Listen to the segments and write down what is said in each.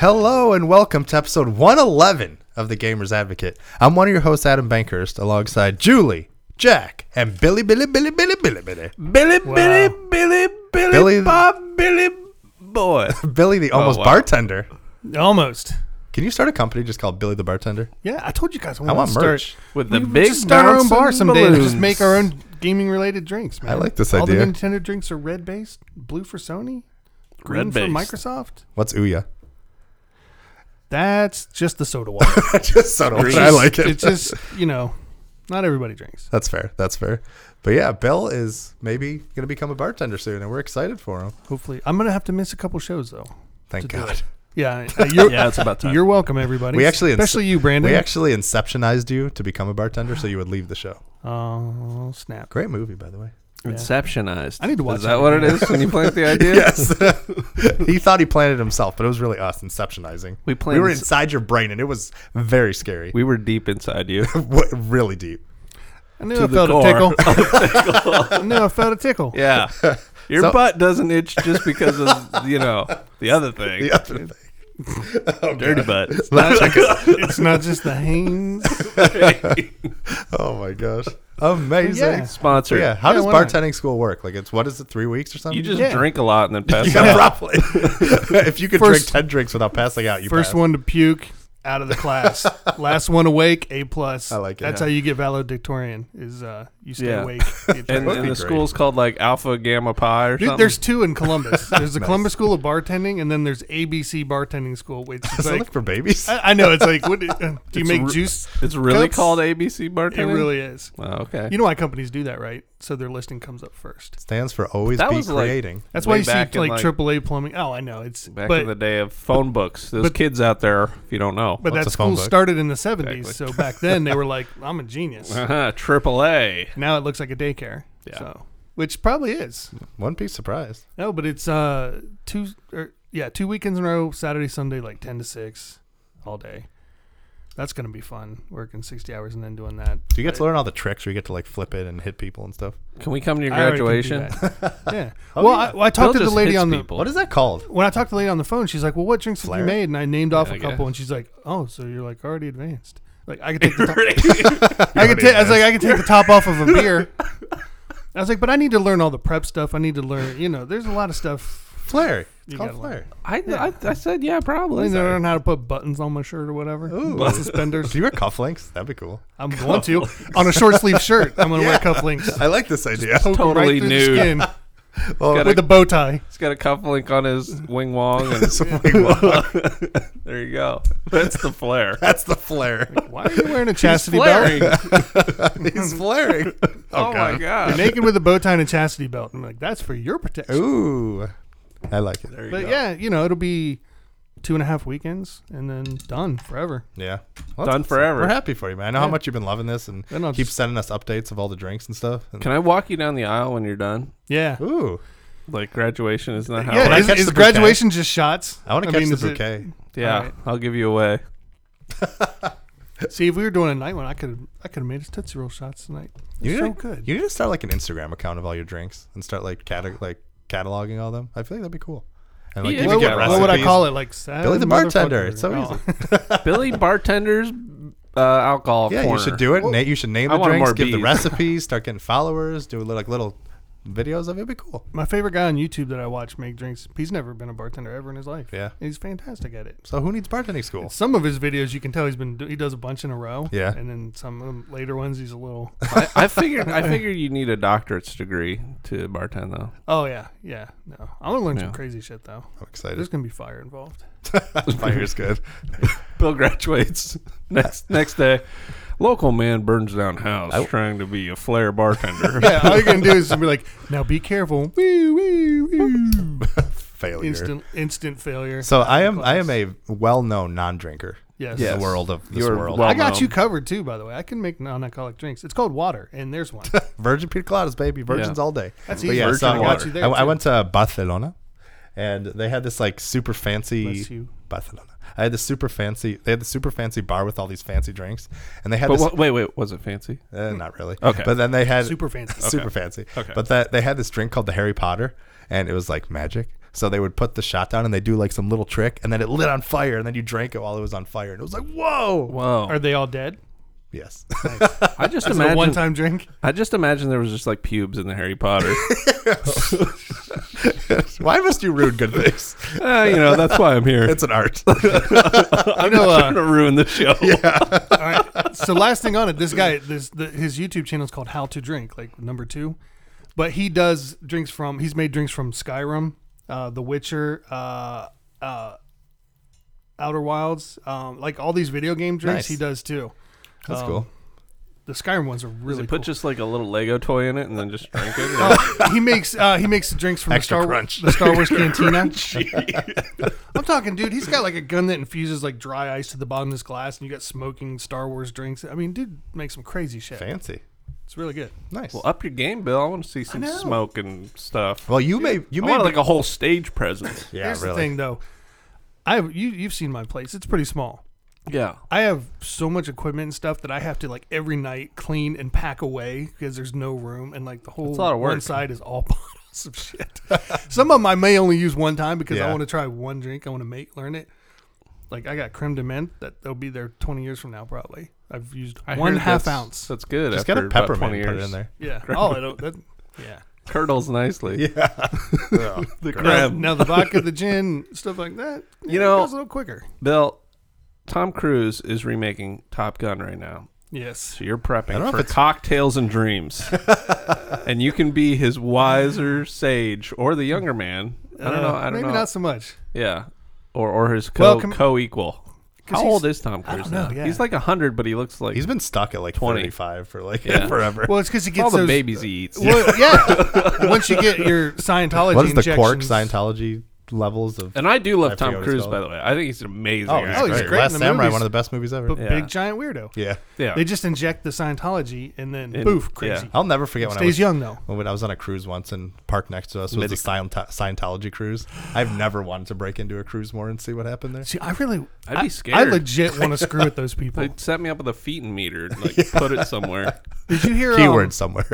Hello and welcome to episode 111 of The Gamer's Advocate. I'm one of your hosts, Adam Bankhurst, alongside Julie, Jack, and Billy, Billy, Billy, Billy, Billy, Billy. Billy, Billy, Billy, Billy, Billy- Bob, Billy Boy. Billy the almost wow. bartender. Almost. Can you start a company just called Billy the Bartender? Yeah, I told you guys. I want to start- merch. With the we big just start our own bouncing bar someday and just balloons. make our own gaming related drinks. Man. I like this All idea. the Nintendo drinks are red based, blue for Sony, green for Red-based. Microsoft. What's Ouya? That's just the soda water. just subtle. Green. I like it. it's just you know, not everybody drinks. That's fair. That's fair. But yeah, Bill is maybe going to become a bartender soon, and we're excited for him. Hopefully, I'm gonna have to miss a couple shows though. Thank To do God. Yeah, uh, you're, Yeah, it's about time. you're welcome, everybody. We actually- especially you, Brandon. We actually inceptionized you to become a bartender so you would leave the show. oh snap! Great movie, by the way. Inceptionized. I need to watch Is that that what it again. is when you plant the idea? Yes. he thought he planned it himself, but it was really us inceptionizing. We we planned. were inside your brain, and it was very scary. we were deep inside you. What- really deep. I knew To I the felt a core. tickle. I knew I felt a tickle. yeah. Your So- butt doesn't itch just because of you know the other thing. The other thing. Oh, Dirty God. butt. It's not like It's not just the Hanes. Oh my gosh. Amazing. Yeah. Yeah. sponsor. How Yeah, does why not? bartending school work? Like it's what is it, three weeks or something? You just Yeah. drink a lot and then pass yeah, out. probably. if you could drink First- ten drinks without passing out, you First pass. one to puke, out of the class. Last one awake, A plus. I like it. That's Yeah. how you get valedictorian. Is uh, you stay Yeah. awake. Get And, would and be the great. school's called like Alpha Gamma Pi or Dude, something. there's two in Columbus. There's the Nice. Columbus School of Bartending, and then there's ABC Bartending School, which is Does it like look for babies? I, I know it's like what do uh, do you It's make re- juice? it's really cups. called ABC bartending. It really is. Oh, okay. You know why companies do that, right? So their listing comes up first. Stands for always That be was like- creating. That's Way why you see back like, in, like- AAA plumbing. Oh, I know it's Back but in the day of phone books, those but- kids out there, if you don't know, but What's that a phone school book? started in the 70s, Exactly. so back then they were like, "I'm a genius." Uh-huh, triple A. Now it looks like a daycare. Yeah. So, which probably is. One piece surprise. No, but it's uh two or yeah, two weekends in a row, Saturday, Sunday, like ten to six, all day. That's gonna be fun. Working sixty hours and then doing that. Do you get to learn all the tricks? Or you get to like flip it and hit people and stuff. Can we come to your I already can do graduation? that. yeah. Oh, well, yeah. I, well, I talked Bill to the just lady hits on the people. What is that called? when I talked to the lady on the phone. She's like, "Well, what drinks have Flair? you made?" And I named off Yeah, a I couple, guess. and she's like, "Oh, so you're like already advanced." Like I could take the top, I You're already could take. I was like, I could take the top off of a beer. I was like, but I need to learn all the prep stuff. I need to learn. You know, there's a lot of stuff. Flair. It's You called gotta learn. flair. I, Yeah. I, I said yeah, I probably. need to learn how to put buttons on my shirt or whatever. Ooh. Butt suspenders. Do you wear cufflinks? That'd be cool. I'm going to on a short sleeve shirt. I'm going to wear cufflinks. I like this idea. Poke them Totally through the nude. skin Well, Gotta- Oh, with a bow tie. He's got a cufflink on his wing wong, and it's a wing walk. there you go. That's the flare. That's the flare. Why are you wearing a chastity belt? Flaring. oh He's flaring. Oh, my You're god. naked with a bow tie and a chastity belt. I'm like, that's for your protection. Ooh, I like it. There you But go. yeah, you know, it'll be two and a half weekends and then done forever. Yeah, Done forever. We're happy for you, man. I know how Yeah. much you've been loving this, and Then I'll keep just, sending us updates of all the drinks and stuff. And- Can I walk you down the aisle when you're done? yeah. Ooh, Like graduation is not how. Can Yeah, I is, catch is the bouquet? graduation just shots? I want to catch mean, the is it- bouquet. yeah. All right. I'll give you away. see, if we were doing a night one, I could I could have made us Tootsie Roll shots tonight. You It's need so to- good. You need to start like an Instagram account of all your drinks and start like cata- like cataloging all them. I feel like that'd be cool. And like Yeah, you what, could would, get what would I recipes. call it? Like sad Billy the bartender. motherfucker. It's so Oh. easy. Billy bartenders uh, alcohol. Yeah, corner. you should do it. Nate, you should name I the want drinks, more give the bees. recipes, start getting followers, do like little videos of it. It'd be cool. My favorite guy on YouTube that I watch make drinks. He's never been a bartender ever in his life. Yeah. And he's fantastic at it. So who needs bartending school? Some of his videos, you can tell he's been do- he does a bunch in a row. Yeah. And then some of them later ones, he's a little. I, I figured. I figured you need a doctorate's degree to bartend though. Oh yeah, yeah. No, I'm gonna learn Yeah. some crazy shit though. I'm There's excited. gonna be fire involved. Fire's good. Bill graduates next next day. Local man burns down house I- trying to be a flair bartender. yeah. All you're gonna do is be like, now be careful. Woo, woo, woo. Failure. Instant, instant failure. So I am I am a well known non drinker yes. in Yes. the world of this You're world. well- I got Well-known. you covered too, by the way. I can make non-alcoholic drinks. It's called water, and there's one. Virgin Pina Coladas, baby. Virgins Yeah. all day. That's But easy. yeah, so Virgin I, water. got you there. I, too. went to Barcelona and they had this like super Bless fancy you. Barcelona. I had this super fancy they had the super fancy bar with all these fancy drinks. And they had But this wha- wait, wait, was it fancy? eh, not really. Okay. But then they had Super fancy. super fancy. Okay. But that they had this drink called the Harry Potter, and it was like magic. So they would put the shot down and they do like some little trick, and then it lit on fire, and then you drank it while it was on fire, and it was like, whoa. Wow. Are they all dead? Yes. I just Is it a imagine. one-time drink? I just imagine there was just like pubes in the Harry Potter. Why must you ruin good things? Eh, you know, that's why I'm here. It's an art. I'm know, not uh, trying to ruin the show. All right. So last thing on it, this guy, this the, his YouTube channel is called How to Drink, like number two, but he does drinks from. He's made drinks from Skyrim, uh, The Witcher, uh, uh, Outer Wilds, um, like all these video game drinks. Nice. He does too. That's Um, cool. The Skyrim ones are really Put just like a little Lego toy in it and then just drink it. cool. he makes uh, he makes drinks from the Extra Star crunch. the Star Wars Cantina. I'm talking, dude. He's got like a gun that infuses like dry ice to the bottom of this glass, and you got smoking Star Wars drinks. I mean, dude, makes some crazy shit. Fancy. It's really good. Nice. Well, Well, up your game, Bill. I want to see some know. smoke and stuff. you may you I may want be- like a whole stage presence. yeah, Here's really. the thing, though. I you you've seen my place. It's pretty small. yeah. I have so much equipment and stuff that I have to like every night clean and pack away because there's no room and like the whole That's a lot of work. one side is all bottles of shit. Some of them I may only use one time because I Yeah. want to try one drink. I want to make learn it. Like I got creme de menthe that they'll be there 20 years from now probably. I've used I one heard half that's- ounce. That's good. Just after get a about peppermint 20 and put it years. in there. Yeah. Oh, I don't, that, yeah. Curdles nicely. Yeah. Yeah. The Now, crab. now the vodka, the gin, stuff like that. You it know- goes a little quicker. Bill, Tom Cruise is remaking Top Gun right now. Yes. So you're I don't know prepping if for it's- cocktails and dreams. and you can be his wiser sage or the younger man. I don't Uh, know. I don't maybe know. not so much. Yeah. Or or his co Well, com- co-equal. 'Cause How he's- old is Tom Cruise don't know, now? yeah. He's like 100, but he looks like He's been stuck at like 20. 25 for like Yeah. forever. Well, it's because he gets all the those- babies he eats. Well, yeah. Once you get your Scientology, what is the quark injections- Scientology levels of? And I do I love forget Tom what it's Cruise, called. by the way. I think he's an amazing. Oh, actor. he's Oh, he's great. great in Last the Samurai, movies. one of the best movies ever. But Yeah. big giant weirdo. Yeah. Yeah. They just inject the Scientology and then And- poof, crazy. yeah. I'll never forget when I Stays was young though. when I was on a cruise once and parked next to us was Medic- a Scient- Scientology cruise. I've never wanted to break into a cruise more and see what happened there. See, I really, I'd be I- I, scared. legit want to screw with those people. They set me up with a feet and meter, and, like put it somewhere Did you hear um, Keyword somewhere.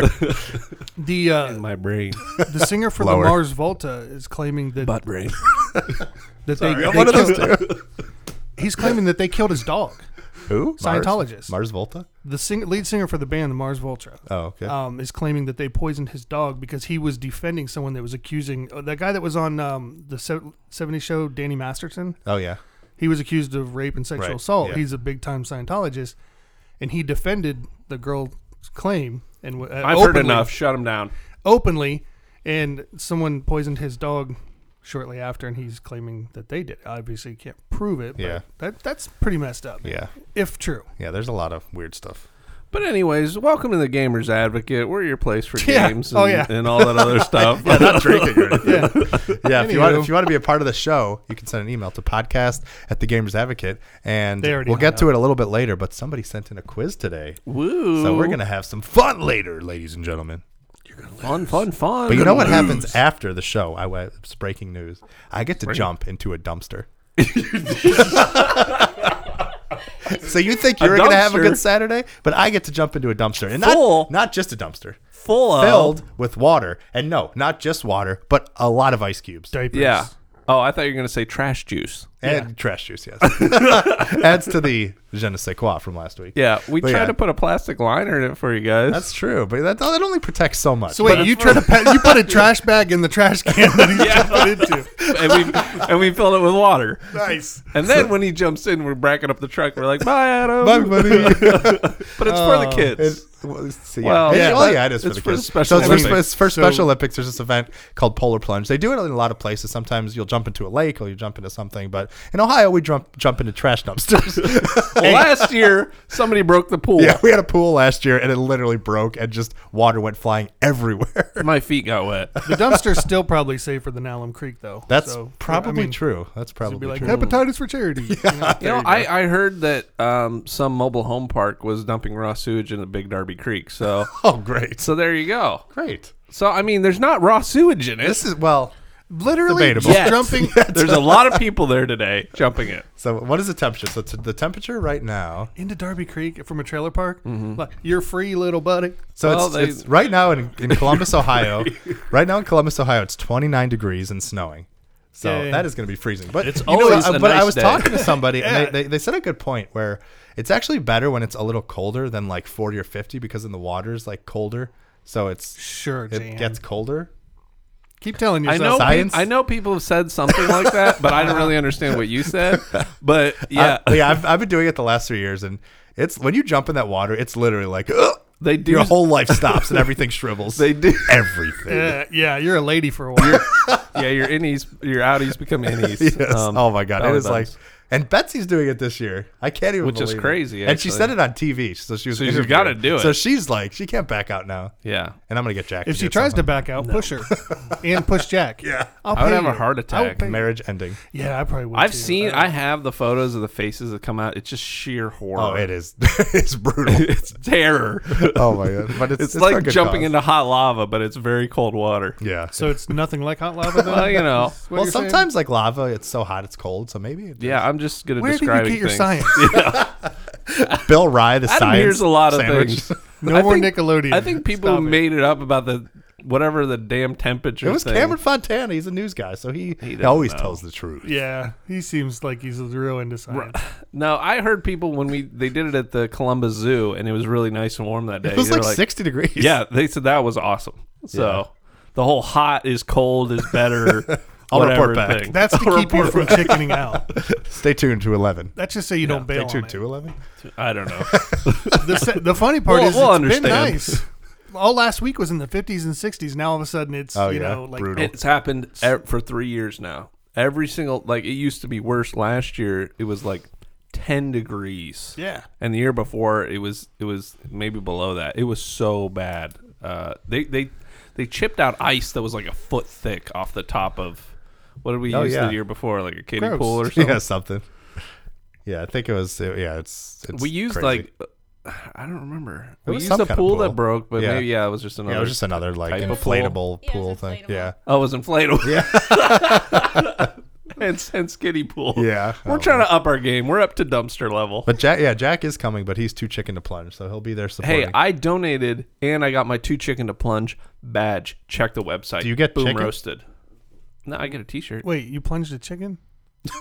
the in uh, my brain, the singer for the Lower. Mars Volta is claiming that butt brain. that they, they One of those killed- two. he's claiming that they killed his dog. Who? Mars, Scientologist. Mars Volta. The sing- lead singer for the band, the Mars Volta, Oh, okay. um, is claiming that they poisoned his dog because he was defending someone that was accusing uh, that guy that was on um, the se- 70 show, Danny Masterson. oh yeah. He was accused of rape and sexual Right, assault. yeah. He's a big time Scientologist, and he defended the girl's claim and w- uh, I've heard openly, enough. Shut him down. openly. And someone poisoned his dog shortly after, and he's claiming that they did. Obviously, can't prove it. But Yeah. that that's pretty messed up. Yeah. if true. Yeah. There's a lot of weird stuff. But anyways, welcome to the Gamers Advocate. We're your place for Yeah. games and, Oh, yeah. and all that other stuff. Yeah, not drinking or anything. Yeah, Yeah, if you, Anywho. want, if you want to be a part of the show, you can send an email to podcast at the Gamers Advocate, and They already we'll get hung to it a little bit later. But somebody sent in a quiz today, Woo! so we're gonna have some fun later, ladies and gentlemen. fun, fun, fun. But you know what Lose. happens after the show? I wa- it's breaking news. I get to jump into a dumpster. so you think A you're gonna have a dumpster? good Saturday, but I get to jump into a dumpster, and Full. Oh. not not just a dumpster. Full of Filled with water, and no, not just water, but a lot of ice cubes. diapers. Yeah. Oh, I thought you were gonna say trash juice. And trash juice, yes. Adds to the je ne sais quoi from last week. Yeah, we But tried yeah. to put a plastic liner in it for you guys. That's true, but that, that only protects so much. So wait, you try to pe- you put a trash bag in the trash can that he's jumping into. and we and we filled it with water. nice. And then when he jumps in, we're bracking up the truck. We're like, "Bye, Adam." Bye, Oh, buddy. But it's for the kids. well, so, yeah. Well, It- yeah, well, but yeah, it is for it's the for the kids. Special so it's for, Olympics. it's for So- Special Olympics, there's this event called Polar Plunge. They do it in a lot of places. Sometimes you'll jump into a lake or you jump into something, but in Ohio, we jump, jump into trash dumpsters. Last year, somebody broke the pool. yeah, we had a pool last year and it literally broke and just water went flying everywhere. My feet got wet. The dumpster's still probably safe for the Nalum Creek though. That's So, I probably mean, true. That's it'd probably Be like true. hepatitis for charity. You know? You know, I, I heard that um, some mobile home park was dumping raw sewage in the Big Darby Creek. So Oh, great. so there you go. Great. So I mean, there's not raw sewage in it. This is well. Literally Debatable. just Yes. jumping. There's a lot of people there today jumping it. So what is the temperature? So t- the temperature right now. Into Darby Creek from a trailer park, Mm-hmm. like you're free, little buddy. So Well, it's, they- it's right now in, in Columbus, Ohio. Right now in Columbus, Ohio, it's 29 degrees and snowing. So Yeah, yeah. that is going to be freezing. But It's you know what, always I- a But I nice was day. talking to somebody, and Yeah. they, they, they said a good point where it's actually better when it's a little colder than like 40 or 50 because in the water is like colder. So it's Sure, it Jan. gets colder. Keep telling I know. yourself. science? I know people have said something like that, but I don't really understand what you said. But yeah, I- yeah. I've, I've been doing it the last three years, and it's when you jump in that water, it's literally like "Ugh!" they do. your whole life stops and everything shrivels. they do. everything. Yeah, yeah, you're a lady for a while. Yeah, your innies, your outies become innies. Yes. Um, oh my god, belly it is like. buttons. And Betsy's doing it this year. I can't even, Which is believe it. crazy, And she actually. said it on TV, so she was. So she's interviewed. gotta do it. So she's like, she can't back out now. yeah. And I'm gonna get Jack. If she tries to back out, push her and push Jack. Yeah, I'll I would pay have a you. heart I will attack. pay you. marriage ending, Yeah, I probably would. I've too. seen. I have the photos of the faces that come out. It's just sheer horror. oh, it is. it's brutal. it's terror. oh my god, but it's, It's, for a like good jumping cause. into hot lava, but it's very cold water. Yeah. So it's nothing like hot lava. Then? Well, you know. Is what well, you're saying? sometimes like lava, it's so hot, it's cold. So maybe it Yeah, I'm just good at Where did you describing get your things. science? Bill Rye, the Adam science hears a lot of sandwich. things. No I more think- Nickelodeon. I think people Stop it. made it up about the whatever the damn temperature. It was thing. Cameron Fontana. He's a news guy, so he, he doesn't always know. tells the truth. Yeah, he seems like he's real into science. No, I heard people when we they did it at the Columbus Zoo, and it was really nice and warm that day. It was They were like, 60 degrees. Yeah, they said that was awesome. So the whole hot is cold is better. I'll whatever report back. thing. That's to keep you from chickening out. Stay tuned to 11. That's just so you don't bail Stay tuned on it. to 11. I don't know. The, se- the funny part We'll- is we'll it's understand. been nice. All last week was in the 50s and 60s. Now all of a sudden it's Oh, you yeah. know like Brutal. It's happened ev- for three years now. Every single like it used to be worse. Last year it was like ten degrees. yeah. and the year before it was it was maybe below that. It was so bad. Uh, they they they chipped out ice that was like a foot thick off the top of what did we Oh, use yeah. the year before, like a kiddie Gross. pool or something. Yeah, something. Yeah, I think it was. Yeah, it's. it's we used crazy. like uh, I don't remember. we was used some a kind of pool, that pool. broke, but Yeah. maybe yeah, it was just another. Yeah, it was just another like type of inflatable pool, Yeah, it was thing. inflatable. Yeah. oh, it was inflatable. Yeah, and hence kiddie pool. Yeah. we're Oh, trying to up our game. We're up to dumpster level. But Jack, yeah, Jack is coming, but he's too chicken to plunge, so he'll be there supporting. Hey, I donated and I got my two chicken to plunge badge. Check the website. Do you get boom chicken? roasted? No, I get a T-shirt. Wait, you plunged a chicken?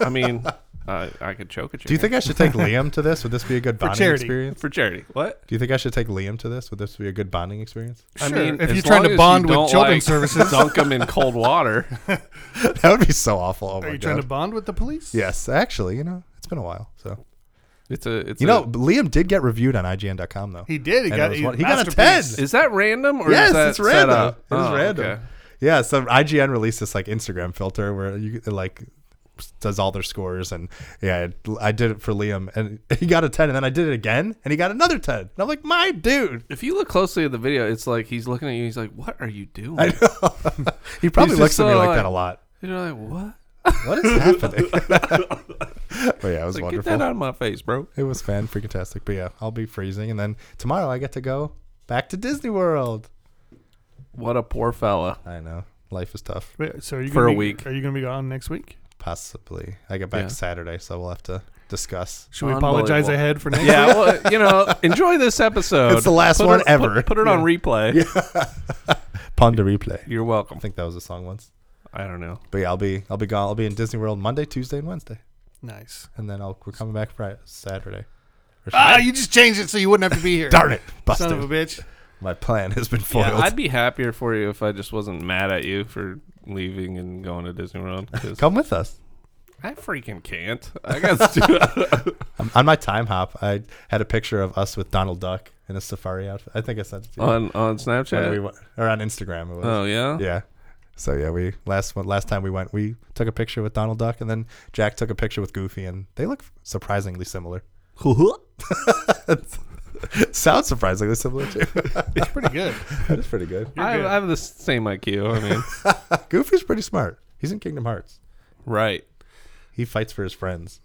I mean, I I could choke a chicken Do you think I should take Liam to this? Would this be a good bonding charity. experience? for charity? What? Do you think I should take Liam to this? Would this be a good bonding experience? I Sure, mean, if as you're long trying to as you bond with don't, children's like, services. dunk them in cold water. that would be so awful. Oh my Are you god. trying to bond with the police? yes, actually, you know, it's been a while, so. It's a. It's You a- know, Liam did get reviewed on IGN.com though. He did. He And it got was he, one- he got a masterpiece. 10. is that random or yes, is that it's set random. It is up? Oh, random. okay. Yeah, so IGN released this like Instagram filter where you it, like does all their scores and yeah, it, I did it for Liam and he got a 10 and then I did it again and he got another 10. And I'm like, "My dude." If you look closely at the video, it's like he's looking at you. He's like, "What are you doing?" I know. he probably He's looks just at me so, like like- that a lot. You're like, "What?" What is happening? but yeah, it was It's like, get wonderful. that out of my face, bro. It was fan freaking tastic. But yeah, I'll be freezing and then tomorrow I get to go back to Disney World. What a poor fella. I know. Life is tough. Wait, so are you For gonna a be- week. Are you going to be gone next week? Possibly. I get back Yeah. Saturday, so we'll have to discuss. Should we apologize Unbelievable. ahead for next? Yeah, well, you know, enjoy this episode. It's the last Put one it- ever. Put, put it on replay. Ponder replay. You're welcome. I think that was a song once. I don't know. But yeah, I'll be I'll be gone. I'll be in Disney World Monday, Tuesday, and Wednesday, Nice. and then I'll we're coming back Friday, Saturday. Or Ah, something. you just changed it so you wouldn't have to be here. Darn it, Son of a busted! bitch. My plan has been foiled. Yeah, I'd be happier for you if I just wasn't mad at you for leaving and going to Disney World. 'cause Come with us. I freaking can't. I got to. Um, on my time hop, I had a picture of us with Donald Duck in a safari outfit. I think I sent it to you. on on When we Snapchat. went- or on Instagram. It was. Oh yeah. Yeah. So yeah, we last one last time we went, we took a picture with Donald Duck, and then Jack took a picture with Goofy, and they look surprisingly similar. Sounds surprisingly similar too. It's pretty good. That's pretty good. I, have, good. I have the same IQ. I mean, Goofy's pretty smart. He's in Kingdom Hearts. right. He fights for his friends.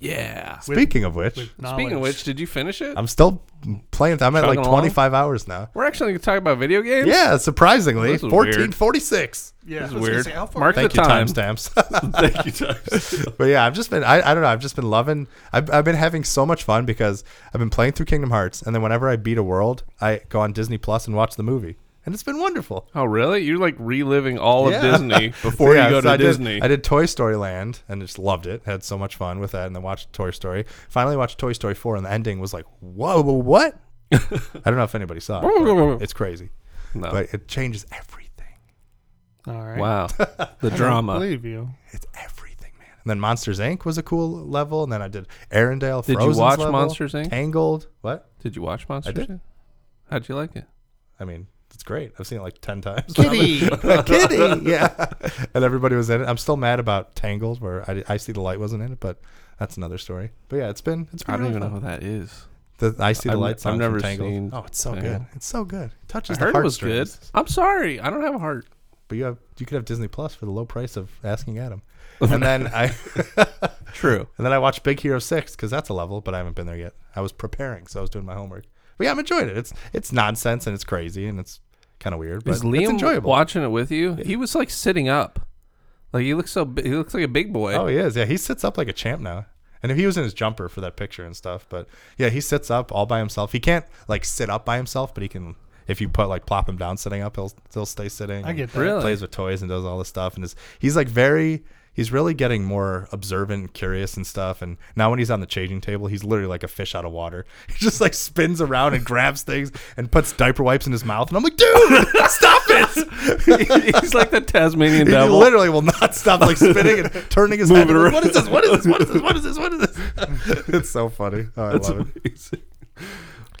Yeah. With- Speaking of which, Speaking of which, did you finish it? I'm still playing. I'm at like Chugging along? 25 hours now. We're actually going to talk about video games. Yeah, surprisingly, This is weird. 1446. yeah, This is I was gonna weird. say, how far- Mark Thank the you, time. timestamps. Thank you, times. But yeah, I've just been I, I don't know, I've just been loving I've, I've been having so much fun because I've been playing through Kingdom Hearts and then whenever I beat a world, I go on Disney Plus and watch the movie. and it's been wonderful. Oh, really? You're like reliving all Yeah. of Disney before Yeah, you go so to I did- Disney. I did Toy Story Land and just loved it. Had so much fun with that, and then watched Toy Story. Finally watched Toy Story Four, and the ending was like, "Whoa, what?" I don't know if anybody saw it. but It's crazy, no. but it changes everything. All right. Wow. The I don't drama. believe you. It's everything, man. And then Monsters Inc. was a cool level, and then I did Arendelle. Did you Frozen's watch level, Monsters, Inc.? Tangled. What? Did you watch Monsters? did. Inc.? How'd you like it? I mean, it's great. I've seen it like ten times. Kitty. kitty. Yeah. And everybody was in it. I'm still mad about Tangled, where I, I see the light wasn't in it, but that's another story. But yeah, it's been it's been I don't really even know fun. who that is. The I see the I've ne- light song I've from never Tangled. seen Oh, it's so good. Tangled. It's so good. It touches I heard the it was good. heartstrings. I'm sorry. I don't have a heart. But you have you could have Disney Plus for the low price of asking Adam. And then I True. and then I watched Big Hero Six because that's a level, but I haven't been there yet. I was preparing, so I was doing my homework. But yeah, I'm enjoying it. It's it's nonsense and it's crazy and it's kind of weird, but Is Liam it's enjoyable. watching it with you? He was like sitting up. Like he looks so big. He looks like a big boy. Oh, he is. Yeah, he sits up like a champ now. And if he was in his jumper for that picture and stuff, but yeah, he sits up all by himself. He can't like sit up by himself, but he can. If you put like plop him down sitting up, he'll he'll stay sitting. I and get that. Really? Plays with toys and does all this stuff, and is he's like very. He's really getting more observant, and curious, and stuff. And now when he's on the changing table, he's literally like a fish out of water. He just like spins around and grabs things and puts diaper wipes in his mouth. And I'm like, dude, stop it! He's like the Tasmanian He devil. literally will not stop like spinning and turning his head. Like, what is this? What is this? What is this? What is this? What is this? it's so funny. Oh, I That's love it. amazing.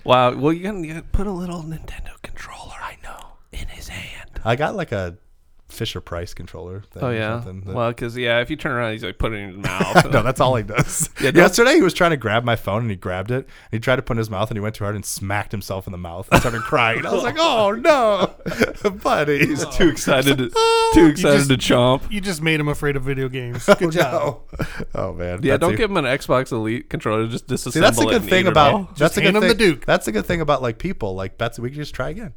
Wow. Well, you gotta, you gotta put a little Nintendo controller. I know in his hand. I got like a Fisher Price controller. Thing Oh or yeah. something that- Well, because yeah, if you turn around, he's like putting it in his mouth. no, that's all he does. don't- Yesterday he was trying to grab my phone and he grabbed it and he tried to put it in his mouth and he went too hard and smacked himself in the mouth and started crying. I was like, oh no, buddy. He's too excited. To, too excited just- to chomp. You just made him afraid of video games. Good job. no. Oh man. Yeah, That's don't a- give him an Xbox Elite controller. Just disassemble See, that's a it good and thing eat it all. about that's a hand good him thing. the Duke. That's a good thing about like people like Betsy. We can just try again.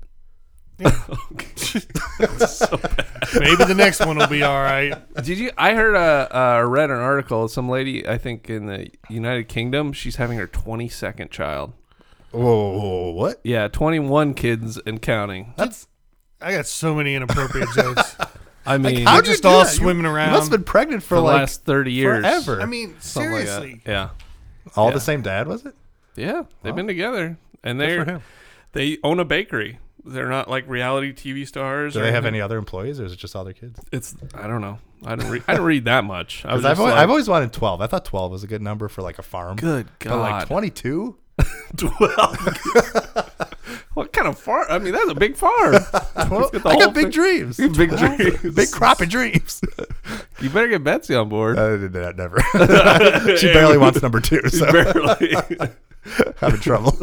Maybe the next one will be all right. Did you? I heard a uh, read an article. Some lady, I think in the United Kingdom, she's having her 22nd child. Whoa, whoa, whoa, what? Yeah, 21 kids and counting. That's I got so many inappropriate jokes. I mean, how We're did just you do all that? You- swimming you around. must have been pregnant for, for the like last 30 years, forever. I mean, Something like that. seriously. yeah, all yeah. the same dad was it? yeah, they've been together, and Good for they him. they own a bakery. They're not like reality TV stars. Do or they have any anything. other employees, or is it just all their kids? It's I don't know. I don't read. I don't read that much. I was Because I've, just always, like, I've always wanted twelve. I thought twelve was a good number for like a farm. good but like god, twenty-two. 12. what kind of farm? I mean, that's a big farm. Well, Get the I whole got big thing. dreams. Big dreams. Big Uh, crop of dreams. You better get Betsy on board. I did that never. she barely wants number two, so Barely. I'm in trouble.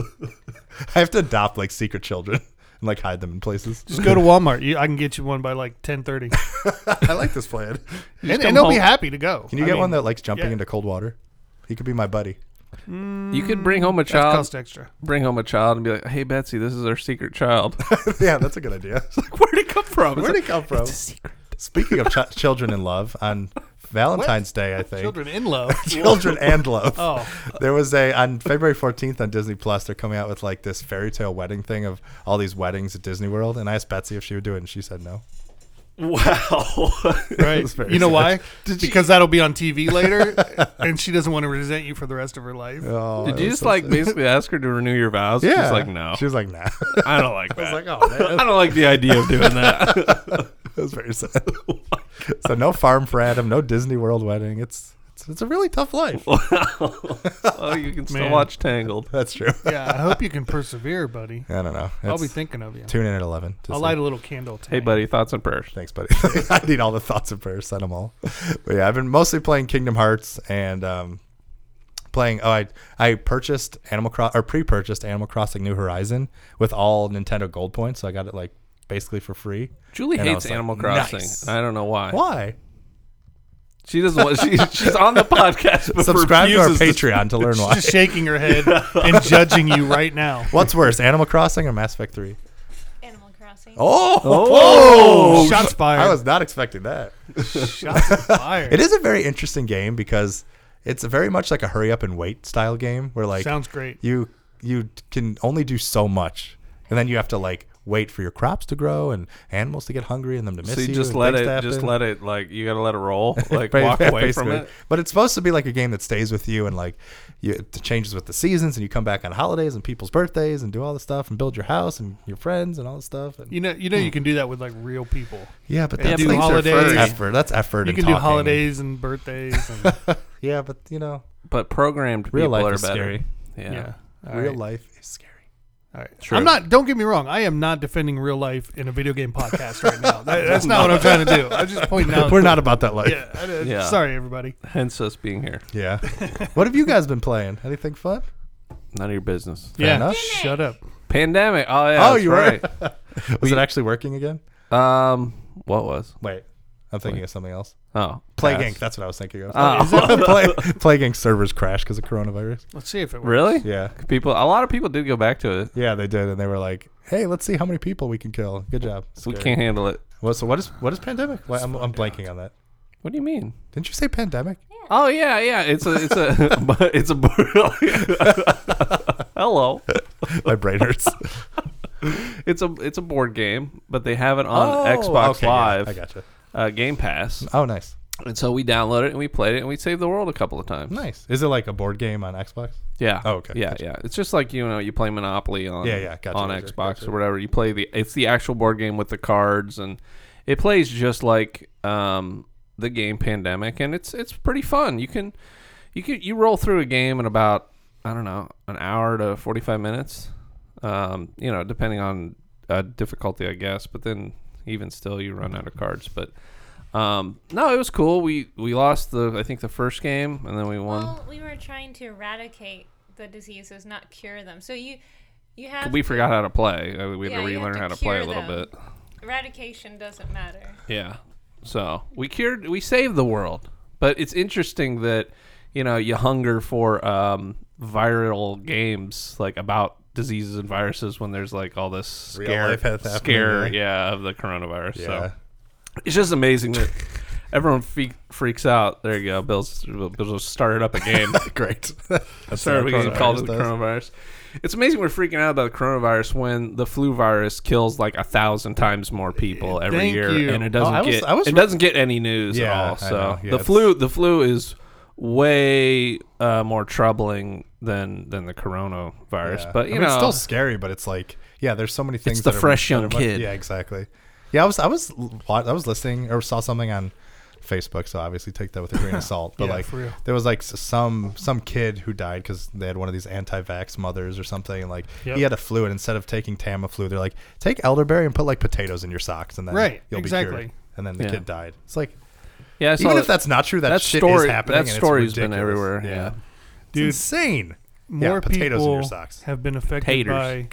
I have to adopt like secret children and like hide them in places. Just go to Walmart. You, I can get you one by like 10:30, I like this plan. and, and come they'll be home. happy to go. Can you I get mean, one that likes jumping yeah. into cold water? He could be my buddy. you could bring home a that child, costs extra? bring home a child, and be like, "Hey, Betsy, this is our secret child. yeah, that's a good idea. Where'd it come from? It's Where'd like, it come from? It's a secret. Speaking of ch- children in love, on Valentine's Day, I think Children in love. Children and love. Oh. There was a on February 14th on Disney Plus. They're coming out with like this fairy tale wedding thing of all these weddings at Disney World, and I asked Betsy if she would do it, and she said no. Wow. Right. was very You know sad. why? because that'll be on TV later, and she doesn't want to resent you for the rest of her life. Oh, Did it you was just so like sad. basically ask her to renew your vows? Yeah. She's like, no, She was like, nah. I don't like I was that. like, oh man, I don't like the idea of doing that. that was very sad. so no farm for Adam, no Disney World wedding. It's it's, it's a really tough life. oh, you can still Man. watch Tangled. That's true. Yeah, I hope you can persevere, buddy. I don't know. I'll be It's- thinking of you. Tune in at 11. to I'll see. light a little candle. Hey, tonight. buddy, thoughts and prayers. Thanks, buddy. I need all the thoughts and prayers. Send them all. But yeah, I've been mostly playing Kingdom Hearts and um, playing. Oh, I I purchased Animal Cross or pre-purchased Animal Crossing New Horizon with all Nintendo Gold points, so I got it like basically for free. Julie And I hates was like, Animal Crossing. nice. I don't know why. Why? She doesn't. Want, she, she's on the podcast. But Subscribe to our refuses Patreon to learn why. Just shaking her head and judging you right now. What's worse, Animal Crossing or Mass Effect Three? Animal Crossing. Oh, Oh! Shots fired. I was not expecting that. Shots fired. It is a very interesting game because it's very much like a hurry up and wait style game where like Sounds great. you you can only do so much and then you have to like wait for your crops to grow and animals to get hungry and them to miss So you you just and let things it, to just happen. let it, like you gotta let it roll, like Ba- walk yeah, away from basically. it. But it's supposed to be like a game that stays with you and like you, it changes with the seasons and you come back on holidays and people's birthdays and do all this stuff and build your house and your friends and all this stuff. And You know, you know, Hmm. you can do that with like real people. yeah, but Yeah, that's but like these are that's furry. effort. That's effort. You and can do talking. holidays and birthdays. And, Yeah, but you know, But programmed Real people life are is better. scary. Yeah. yeah. All real right. life is scary. All right. True. I'm not. Don't get me wrong. I am not defending real life in a video game podcast right now. That- that's not what I'm trying to do. I'm just pointing out. We're not about that life. Yeah, I- I- Uh, Yeah. Sorry, everybody. Hence us being here. Yeah. what have you guys been playing? Anything fun? None of your business. yeah. enough. Shut up. Pandemic. Oh yeah. Oh, that's you were. right. Was it actually working again? Um, what was? Wait, I'm thinking of something else. Oh, Plague pass. Inc. That's what I was thinking of. Oh. Plague, Plague Inc. servers crashed because of coronavirus. Let's see if it works. Really? Yeah. People. A lot of people did go back to it. Yeah, they did, and they were like, "Hey, let's see how many people we can kill." Good job. We Scary. can't handle it. Well, so what is what is pandemic? Wait, I'm, I'm blanking on that. What do you mean? Didn't you say pandemic? Oh yeah, yeah. It's a, it's a, but it's a. hello. My brain hurts. It's a, it's a board game, but they have it on Oh, Xbox okay, yeah, Live, I gotcha. uh, Game Pass, Oh, nice, and so we downloaded it and we played it and we saved the world a couple of times. nice. Is it like a board game on Xbox? Yeah. Oh, okay, Yeah, gotcha. yeah. It's just like you know you play Monopoly on Yeah, yeah, gotcha, on gotcha, Xbox gotcha. or whatever. You play the it's the actual board game with the cards and it plays just like um, the game Pandemic and it's it's pretty fun. You can you can you roll through a game in about I don't know an hour to forty five minutes. Um, you know depending on uh, difficulty I guess, but then even still you run out of cards. But um, no, it was cool. We we lost the I think the first game and then we won. Well, we were trying to eradicate the diseases, not cure them. So you, you have we forgot how to play. Uh, We had Yeah, to you have relearn to how to play a cure little them. bit. eradication doesn't matter. Yeah. So we cured, we saved the world. But it's interesting that you know you hunger for um, viral games like about diseases and viruses when there's like all this Real scare, life has happened, scare, yeah. yeah, of the coronavirus. Yeah. So it's just amazing that everyone fe- freaks out. There you go, Bill's Bill's just started up a game. Great. That's Sorry, what we can call it coronavirus the does. coronavirus. It's amazing we're freaking out about the coronavirus when the flu virus kills like a thousand times more people every Thank year, you. and it doesn't Eh, Oh, I was- get I was it re- doesn't get any news Yeah, at I all. know. So Yeah, the it's- flu the flu is way uh, more troubling than than the coronavirus. Yeah. But I you mean, know, it's still scary, but it's like yeah, there's so many things. the that are- fresh that are young mu- kid. Yeah, exactly. Yeah, I was I was l- wa- I was listening or saw something on Facebook, so obviously take that with a grain of salt. But Yeah, like for real. there was like s- some some kid who died because they had one of these anti-vax mothers or something, and like Yep. he had a flu, and instead of taking Tamiflu, they're like take elderberry and put like potatoes in your socks, and then Right, you'll be cured. exactly. And then the Yeah. kid died. It's like yeah, I saw even that, if that's not true, that, that shit story is happening. that and story's it's been ridiculous. everywhere. Yeah, it's Dude. insane. More potatoes in people your socks. have been affected taters. by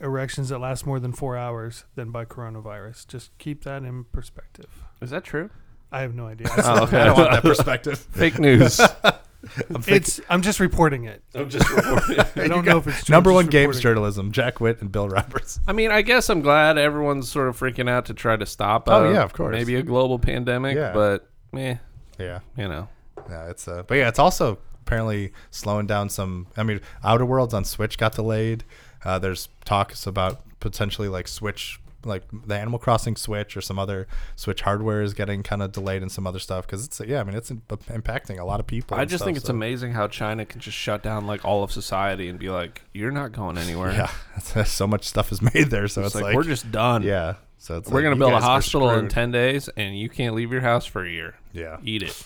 erections that last more than four hours than by coronavirus. Just keep that in perspective. Is that true? I have no idea. Oh, okay. I don't want that perspective. Fake news. I'm thinking- it's. I'm just reporting it. I'm just reporting. I don't know if it's true, Number I'm one just games reporting journalism: Jack Witt and Bill Roberts. I mean, I guess I'm glad everyone's sort of freaking out to try to stop. Oh, uh, yeah, of course. Maybe a global pandemic, Yeah. but meh, Yeah, you know. yeah, it's uh, but yeah, it's also apparently slowing down some. I mean, Outer Worlds on Switch got delayed. Uh, there's talks about potentially like Switch, like the Animal Crossing Switch or some other Switch hardware is getting kind of delayed and some other stuff because it's yeah, I mean, it's im- impacting a lot of people. I and just stuff, think it's so- amazing how China can just shut down like all of society and be like, "You're not going anywhere." Yeah, that's- so much stuff is made there, so it's, it's, like, like, we're just done. yeah. So it's we're like, gonna you build a guys are hospital in screwed. ten days, and you can't leave your house for a year. Yeah, Eat it.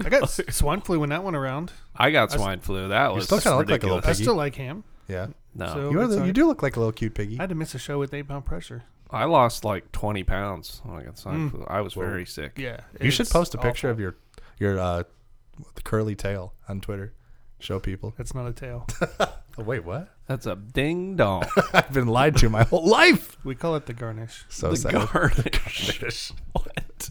it. I got s- swine flu when that went around. I got swine flu. That was still kinda look like a little ridiculous. I Piggy. still like ham. yeah. no, So You, are it's the, all you right. do look like a little cute piggy. I had to miss a show with eight pound pressure. I lost like twenty pounds when I got Mm. swine flu. I was very sick. Yeah. You should it's post a picture awful. of your your uh, curly tail on Twitter. Show people. That's not a tail. Oh, wait, what? That's a ding dong. I've been lied to my whole life. We call it the garnish. So the sad. garnish. what?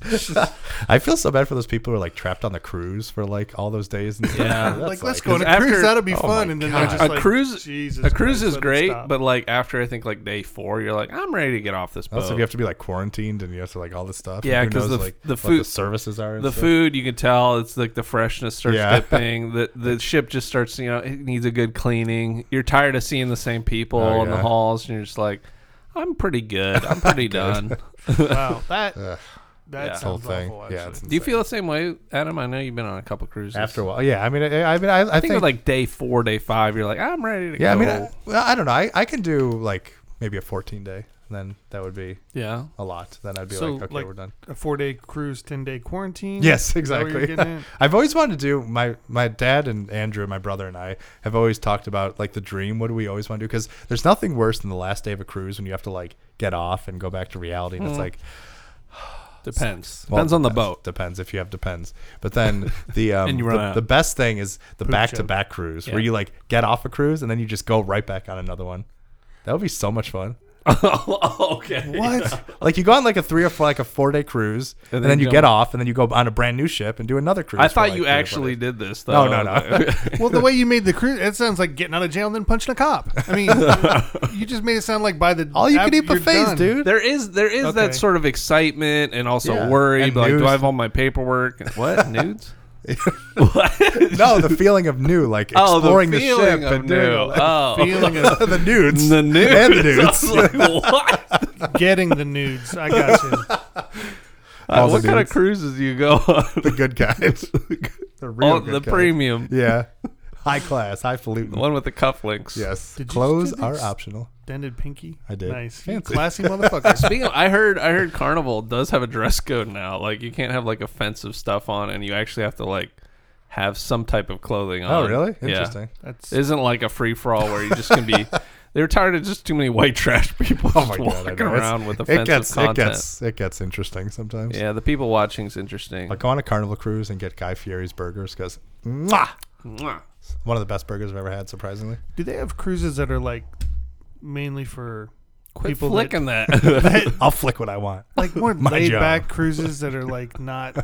I feel so bad for those people who are like trapped on the cruise for like all those days. And Yeah. That's Like, let's go like- on a after- cruise. That'll be oh fun. my And then God. they're just a like, cruise Jesus a cruise Christ, is let it great, stop. but like after I think like day four, you're like, I'm ready to get off this boat. Also, you have to be like quarantined and you have to like all this stuff. Yeah, Who knows, 'cause the f- like, the what the food- services are. and the stuff. food you can tell it's like the freshness starts Yeah. dipping. The the ship just starts you know it needs a good cleaning. You're tired of seeing the same people Oh, in the yeah. halls, and you're just like, I'm pretty good. I'm pretty done. Wow, that that Yeah. sounds whole thing. awful. yeah, actually. it's Do you feel the same way, Adam? I know you've been on a couple cruises. after a while. Yeah, I mean, I, I mean, I, I, I think, think with, like day four, day five, you're like, I'm ready to yeah, I go. mean, I, well, I don't know. I, I can do like maybe a 14 day. Then that would be yeah. a lot. Then I'd be So, like, okay, like- we're done. a four day cruise, ten day quarantine. Yes, Is that what you're exactly. getting at? I've always wanted to do my my dad and Andrew, my brother and I have always talked about like the dream. What do we always want to do? Because there's nothing worse than the last day of a cruise when you have to like get off and go back to reality. And it's like Depends. well, depends on the boat. Depends if you have depends. But then the um, And you run the, out. the best thing is the Poop back to back cruise where Yeah. you like get off a cruise and then you just go right back on another one. That would be so much fun. okay. What? like you go on like a three or four, like a four day cruise, and, And then then you go- get off, and then you go on a brand new ship and do another cruise. I for, thought like, three you or four actually days. did this, No, though. no, no. Well, the way you made the cruise, it sounds like getting out of jail and then punching a cop. I mean, you just made it sound like by the All you can ab- eat you're buffets, done. dude. there is there is Okay. that sort of excitement and also Yeah. worry. And like, news. do I have all my paperwork? And, what nudes? no, the feeling of new, like Oh, the exploring the, feeling ship of and doing new. all that. Oh. Feeling of the nudes, The nudes. and the I nudes. was like, what? getting the nudes. I got you. All the what kind of nudes. cruises do you go on? the good guys, the real Oh, good the guys. premium, Yeah, high class, highfalutin. the one with the cufflinks. Yes, Did you clothes do the are ex- optional. Extended pinky. I did. Nice, You Fancy. classy motherfucker. Speaking of- I heard I heard Carnival does have a dress code now. Like you can't have like offensive stuff on, and you actually have to like have some type of clothing on. Oh, really? Yeah. Interesting. That's It isn't like a free for all where you just can be. They're tired of just too many white trash people Oh just my god, I walking know. It's- around with offensive it gets content. it gets it gets interesting sometimes. yeah, the people watching's interesting. Like go on a carnival cruise and get Guy Fieri's burgers because one Mwah. of the best burgers I've ever had, surprisingly. Do they have cruises that are like mainly for Quit people that- flicking that. I'll flick what I want. like more My laid job. back cruises that are like not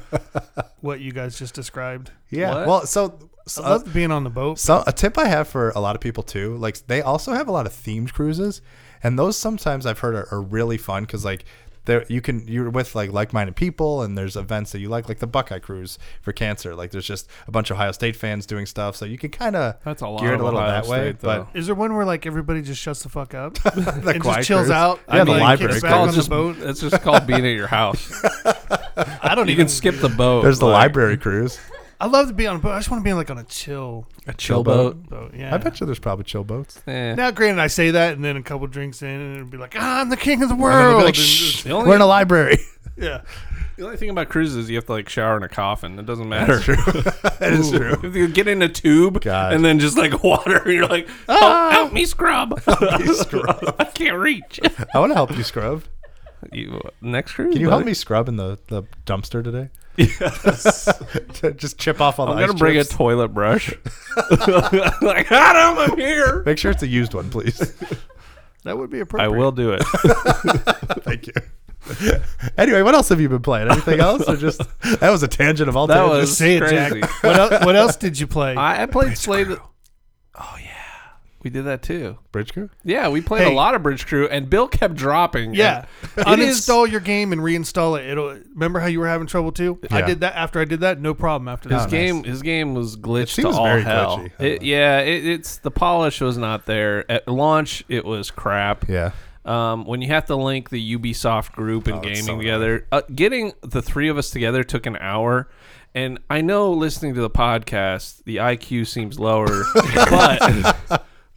what you guys just described? Yeah. What? Well, so, so I love being on the boat. So a tip I have for a lot of people too, like they also have a lot of themed cruises, and those sometimes I've heard are, are really fun because like there you can you're with like like-minded people and there's events that you like, like the Buckeye Cruise for cancer. Like there's just a bunch of Ohio State fans doing stuff, so you can kind of That's a lot gear it of a little Ohio that way. State, though. Is there one where like everybody just shuts the fuck up But and just chills out? Yeah, and, the like, library It's kicks cruise. back called on just, the boat? It's just called being at your house. I don't You even. can skip the boat. There's the like, library cruise. I love to be on a boat. I just want to be like on a chill A chill boat. boat. Yeah. I bet you there's probably chill boats. Eh. Now, granted, I say that, and then a couple drinks in, and it'll be like, ah, I'm the king of the And then they'll world. be and like, just- "Shh, The only- we're in a library. yeah. The only thing about cruises is you have to like shower in a coffin. It doesn't matter. that is true. If you get in a tube God. Ah! and then just like water, you're like, oh, help me scrub. I can't reach. I want to help you scrub. you, next cruise? Can you help buddy? me scrub in the, the dumpster today? Yes. Just chip off all the I'm ice gonna bring chips. a toilet brush. like Adam, I'm here. Make sure it's a used one, please. That would be appropriate. I will do it. Thank you. anyway, what else have you been playing? Anything else, or just that was a tangent of all That tangents? was Say it, Jack. crazy. What, el- what else did you play? I, I played Slay. The- oh yeah, we did that too. Bridge Crew. Yeah, we played Hey. a lot of Bridge Crew, and Bill kept dropping. yeah. It is- Uninstall your game and reinstall it. It'll remember how you were having trouble too? I Yeah. did that after I did that, no problem after His that. game, his game was glitched to Oh, seems all very hell. glitchy. It, yeah, it, it's the polish was not there at launch. It was crap. Yeah, Um, when you have to link the Ubisoft group and Oh, that's gaming so together, uh, getting the three of us together took an hour. And I know listening to the podcast, the IQ seems lower, but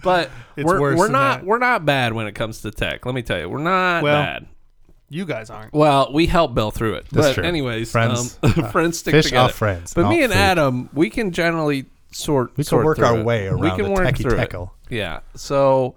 but It's we're, worse we're than not that. we're not bad when it comes to tech. Let me tell you, we're not Well, bad. You guys aren't. Well, we help Bill through it. That's but true. anyways, Friends. um, friends stick fish together. are friends, But me not and food. Adam, we can generally sort. we can sort work through our it. way around We can the work techie through it. tackle. Yeah. So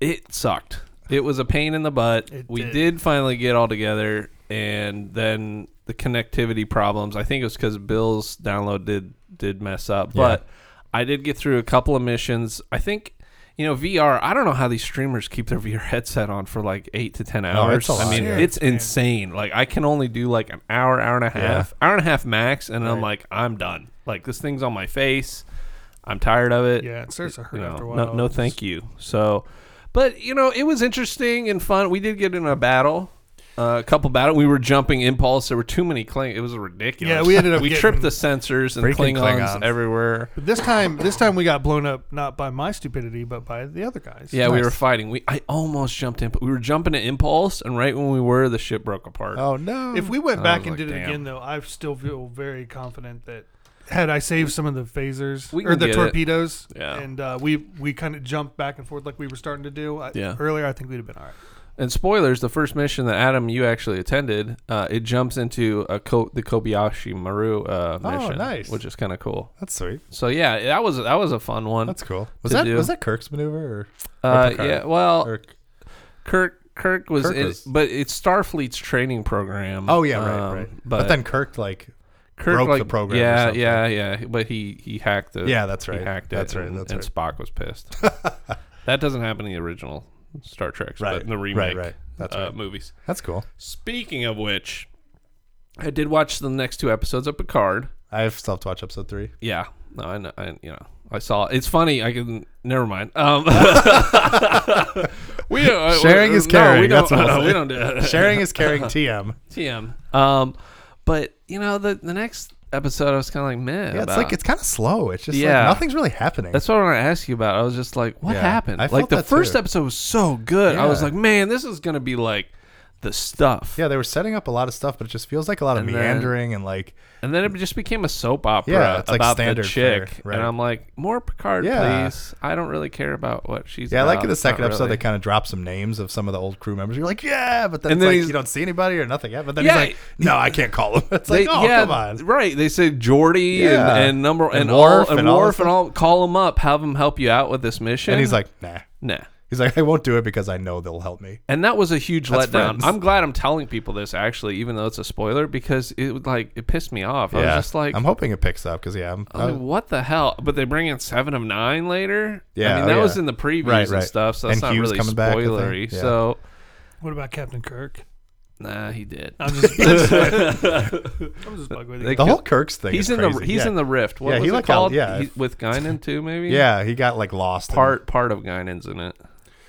it sucked. It was a pain in the butt. It we did. did. finally get all together, and then the connectivity problems. I think it was because Bill's download did did mess up, but I did get through a couple of missions. I think. You know VR. I don't know how these streamers keep their VR headset on for like eight to ten Oh, it's hours. a I lot, mean, yeah. it's insane. Like I can only do like an hour, hour and a half, hour and a half max, and I'm like, I'm done. Like this thing's on my face. I'm tired of it Yeah, it starts to hurt you know, after a while. no, no thank you. So, but you know, it was interesting and fun. We did get in a battle. uh, couple battle. We were jumping impulse. There were too many Kling. It was ridiculous. Yeah, we ended up we getting- tripped the sensors and Freaking Klingons, Klingons. everywhere. But this time, this time we got blown up not by my stupidity, but by the other guys. Yeah, we were fighting. We I almost jumped in. We were jumping to impulse, and right when we were, the ship broke apart. Oh no! If we went back was like, and did it damn. again, though, I still feel very confident that had I saved some of the phasers We or can the get it. torpedoes, Yeah. and uh, we we kind of jumped back and forth like we were starting to do I, Yeah. earlier, I think we'd have been all right. And spoilers: the first mission that Adam you actually attended, uh, it jumps into a Ko- the Kobayashi Maru uh, Oh, mission, nice. which is kind of cool. that's sweet. So yeah, that was that was a fun one. That's cool. Was To that do. was that Kirk's maneuver or, uh, Picard? yeah. Well, or Kirk Kirk was, Kirk in, was- but it's Starfleet's training program. Oh yeah, right, um, right. But, But, then Kirk like Kirk broke the like, program or Yeah, something. yeah, yeah. But he he hacked the Yeah, that's He right. hacked it. That's right, And, that's and Spock was pissed. that doesn't happen in the original Star Trek, Right, but in the right, remake right. That's uh, right. movies. that's cool. Speaking of which, I did watch the next two episodes of Picard. I have still have to watch episode three. Yeah, no, I, know, I you know I saw. It's funny. I can never mind. Um, we uh, Sharing is no, We caring, don't, that's what I'll no, we say. don't do that. Sharing is caring. TM. TM. Um, but you know the the next episode, I was kind of like, man, Yeah, it's like it's kind of slow. It's just Yeah. like nothing's really happening. That's what I want to ask you about. I was just like, what Yeah, happened? I like felt the that first too. episode was so good. I was Yeah. like, man, this is gonna be like the stuff. yeah, they were setting up a lot of stuff, but it just feels like a lot of And then- meandering and like And then it just became a soap opera Yeah, it's like about the standard chick. fare, right. And I'm like, more Picard, Yeah. please. I don't really care about what she's. yeah, I like about. in the second Um, Not episode really. they kind of drop some names of some of the old crew members. You're like, yeah, but then And it's then like he's- you don't see anybody or nothing. Yeah, but then Yeah. he's like, no, I can't call him. It's like, They- oh yeah, come on. right. They said Jordy Yeah. and, and number and, And all Worf and and all Worf of and all call them up, have them help you out with this mission. And he's like, nah. nah. He's like, I won't do it because I know they'll help me. And that was a huge letdown. friends. I'm glad I'm telling people this actually, even though it's a spoiler, because it would, like it pissed me off. I was just like, I'm hoping it picks up because yeah, I'm, I mean, what the hell? But they bring in Seven of Nine later. I Yeah, mean oh, that was yeah. in the previews Right, and right. stuff, so that's And not Hughes really coming back, I think. spoilery. Yeah. So What about Captain Kirk? nah, he did. I'm just, I'm just, I'm just bugging with you. They the could- whole Kirk's thing. he's is in the crazy. he's yeah. in the rift. What Yeah, was he it like how- called? yeah. He- with Guinan too, maybe. Yeah, he got like lost part part part of Guinan's in it.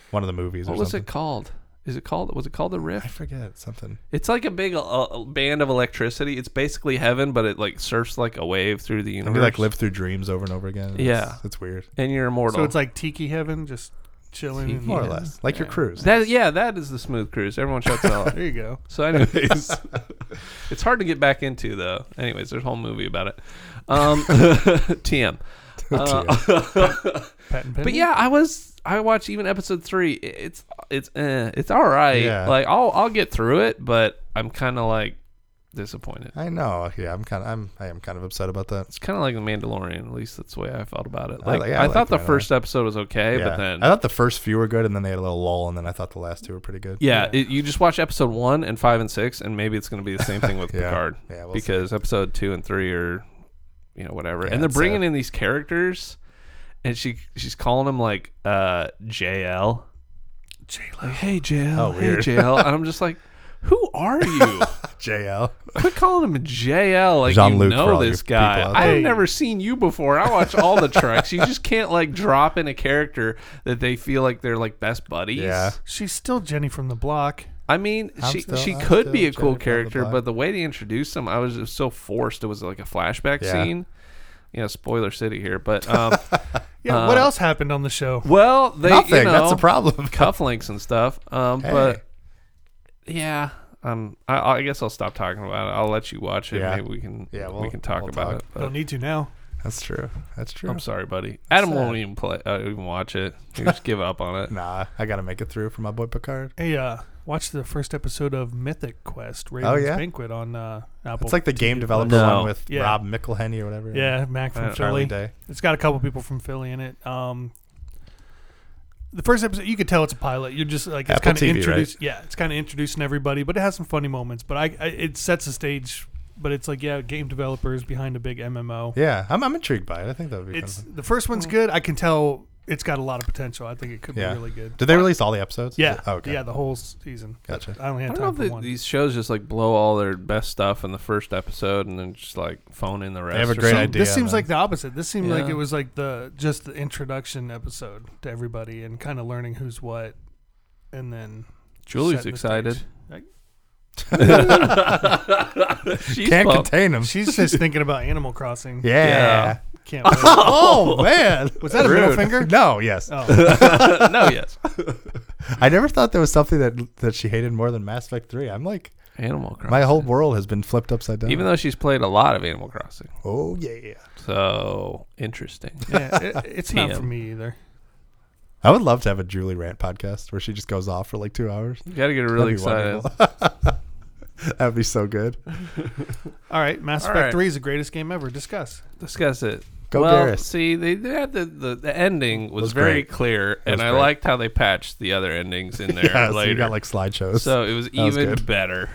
one of the movies. What or was something. it called? Is it called? Was it called the I rift? forget something. It's like a big uh, uh, band of electricity. It's basically heaven, but it like surfs like a wave through the And universe. we like live through dreams over and over again. It's- Yeah. it's weird. and you're immortal. So it's like Tiki Heaven, just chilling. and- More or Yeah. less, like your cruise. that. Yeah, that is the smooth cruise. Everyone shuts off. There you go. So, anyways, it's hard to get back into though. Anyways, there's a whole movie about it. Um, TM. Uh, Patent but yeah, I was I watched even episode three. I- It's it's eh, it's all right. Yeah. Like I'll I'll get through it, but I'm kind of like disappointed. I know. Yeah, I'm kind of. I'm. I am kind of upset about that. It's kind of like the Mandalorian. At least that's the way I felt about it. I Like I, like- I like thought the Mandalorian. first episode was okay, yeah. but then. I thought the first few were good, and then they had a little lull, and then I thought the last two were pretty good. yeah, It, you just watch episode one and five and six, and maybe it's going to be the same thing with Yeah. Picard. Yeah, we'll see. because episode two and three are, you know, whatever. Yeah, and they're it's, bringing uh, in these characters, and she she's calling him like uh, JL. Like, hey JL, Oh, hey weird. JL, and I'm just like, who are you? JL. Quit calling him JL. Like Jean-Luc you for know all you this people guy. out I have there. never seen you before. I watch all the treks. You just can't like drop in a character that they feel like they're like best buddies. Yeah. She's still Jenny from the block. I mean, I'm she still- she I'm could be still a Jennifer cool on the character, block. but the way they introduced him, I was just so forced. It was like a flashback Yeah. scene. You know, spoiler city here, but um, Yeah. what else happened on the show? well, they Nothing. You know, That's the problem. Cufflinks and stuff. Um, Hey. but yeah, um, I, I guess I'll stop talking about it. I'll let you watch it. Yeah. Maybe we can Yeah, we we'll- can talk we'll about talk. it. I don't But need to now. That's true. That's true. I'm sorry, buddy. Adam Sad. won't even play. Uh, even watch it. He just give up on it. Nah, I gotta make it through for my boy Picard. Hey, uh, watch the first episode of Mythic Quest Raven's Oh, yeah? Banquet on uh, Apple. It's like the game developer No. one with Yeah. Rob Mickelhenny or whatever. yeah, Mac Uh, from Charlie Philly. Day. It's got a couple people from Philly in it. Um, the first episode, you could tell it's a pilot. You're just like it's Apple kind of TV, right? introduced. Yeah, it's kind of introducing everybody, but it has some funny moments. But I, I, it sets a stage. But it's like yeah, game developers behind a big MMO. Yeah, I'm, I'm intrigued by it. I think that would be. It's kind the first one's good. I can tell it's got a lot of potential. I think it could Yeah. be really good. of, did they release all the episodes? Is Yeah, it- Oh, okay. yeah, the whole season. Gotcha. I only I had don't know time if for the- one. these shows just like blow all their best stuff in the first episode and then just like phone in the rest. have a or great something. idea. This seems man. like the opposite. This seemed like Yeah. it was like the just the introduction episode to everybody and kind of learning who's what, and then Julie's setting the excited. stage. Like, She's Can't pumped. contain him. She's just thinking about Animal Crossing. yeah. Yeah. Can't wait. Oh man, was that a middle finger? No, yes. Oh, no, yes. I never thought there was something that that she hated more than Mass Effect Three. I'm like, Animal Crossing. my whole world has been flipped upside down. Even though she's played a lot of Animal Crossing, oh yeah, so interesting. yeah, it, it's not for Damn. me either. I would love to have a Julie rant podcast where she just goes off for like two hours. You gotta get really That'd be excited. wonderful. That'd be so good. All right, Mass All Effect right. 3 is the greatest game ever. Discuss. Discuss it. Go well, Garrus. see, they, they had the, the, the ending was, Was very great. clear, and I great. liked how they patched the other endings in there Yeah, so later. you got like slideshows, So it was That was even good. better.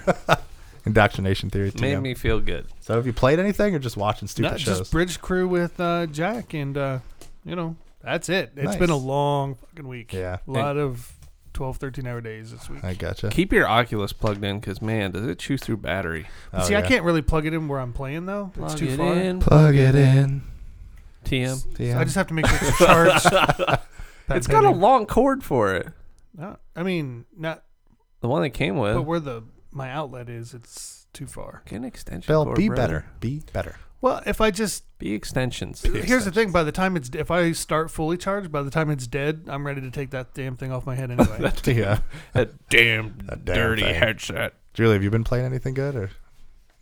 indoctrination theory. Made TM. me feel good. so have you played anything or just watching stupid Not shows? just Bridge Crew with uh, Jack, and, uh, you know, that's it. It's Nice. been a long fucking week. yeah, A lot of 12, 13 hour days this week. I gotcha. Keep your Oculus plugged in, because man, does it chew through battery? Oh, See, I yeah. can't really plug it in where I'm playing, though. Plug it's too it far. in, plug it in. TM. Yeah. So I just have to make sure it's charged. It's got a long cord for it. No, I mean, not. The one that came But with. where the my outlet is, it's too far. Get an extension Bill, cord, be brother. better. Be better. Well, if I just Be extensions. here's the thing: by the time it's if I start fully charged, by the time it's dead, I'm ready to take that damn thing off my head anyway. Yeah. That damn, That damn dirty thing. headset. Julie, have you been playing anything good or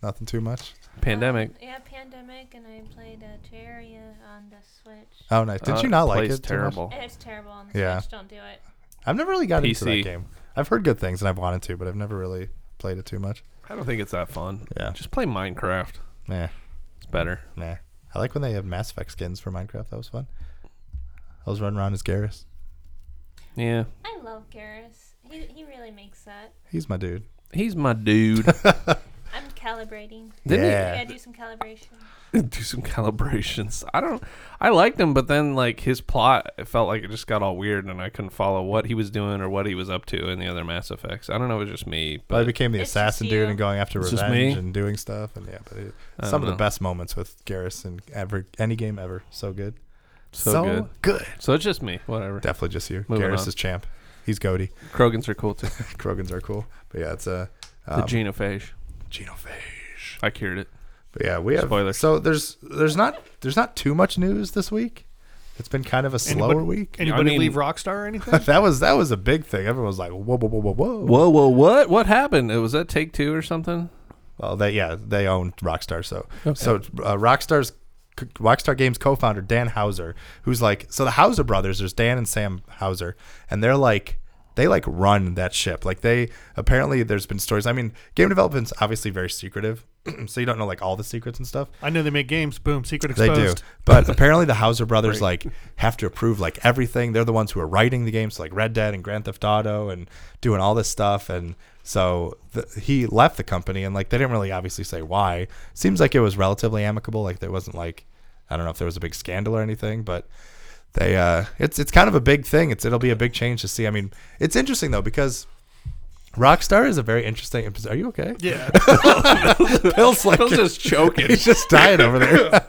nothing too much? Pandemic. Um, yeah, pandemic, and I played uh, Terraria on the Switch. Oh, nice. Did Uh, you not like plays it? too much? Terrible. It's terrible on the Yeah. Switch. Don't do it. I've never really got into PC. that game. I've heard good things and I've wanted to, but I've never really played it too much. I don't think it's that fun. Yeah. Just play Minecraft. Nah, It's better. nah. I like when they have Mass Effect skins for Minecraft. That was fun. I was running around as Garrus. Yeah. I love Garrus. He he really makes that. He's my dude. He's my dude. I'm calibrating. Didn't he- Yeah, yeah. do some calibration. Do some calibrations. I don't I liked him, but then like his plot it felt like it just got all weird and I couldn't follow what he was doing or what he was up to in the other Mass Effects. I don't know, it was just me. But I But became the It's just assassin you. dude and going after It's just revenge me. and doing stuff. And yeah, but it, I some of don't the know. best moments with Garrus in ever any game ever. So good. So good. so it's just me. Whatever. Definitely just you. Moving Garrus on. is champ. He's goaty. Krogans are cool too. Krogans are cool. But yeah, it's a The um, genophage. genophage. I cured it. But yeah, we have Spoilers. So there's there's not there's not too much news this week. It's been kind of a slower Anybody- week. Anybody mean- leave Rockstar or anything? that was that was a big thing. Everyone was like, whoa, whoa, whoa, whoa, whoa. Whoa, whoa, what? What happened? It was that take two or something? Well, they yeah they own Rockstar, so so uh, Rockstar's Rockstar Games co-founder Dan Hauser, who's like so the Hauser brothers, there's Dan and Sam Hauser, and they're like they like run that ship. Like they apparently there's been stories. I mean, game development's obviously very secretive, so you don't know like all the secrets and stuff. I know they make games. Boom, secret They exposed. do, but apparently the Hauser brothers like have to approve like everything. They're the ones who are writing the games, like Red Dead and Grand Theft Auto, and doing all this stuff. And so th- he left the company, and like they didn't really obviously say why. Seems like it was relatively amicable. Like there wasn't like I don't know if there was a big scandal or anything, but they uh, it's it's kind of a big thing. It's it'll be a big change to see. I mean, it's interesting though because. Rockstar is a very interesting. Are you okay? Yeah, Bill's like Bill's just choking. He's just dying over there.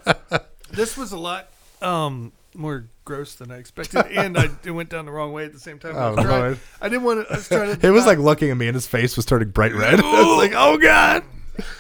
this was a lot um, more gross than I expected, and I it went down the wrong way at the same time. I, Oh, was trying- Lord. I didn't want to. I was trying to It was not- like looking at me, and his face was turning bright red. I was like, "Oh God!"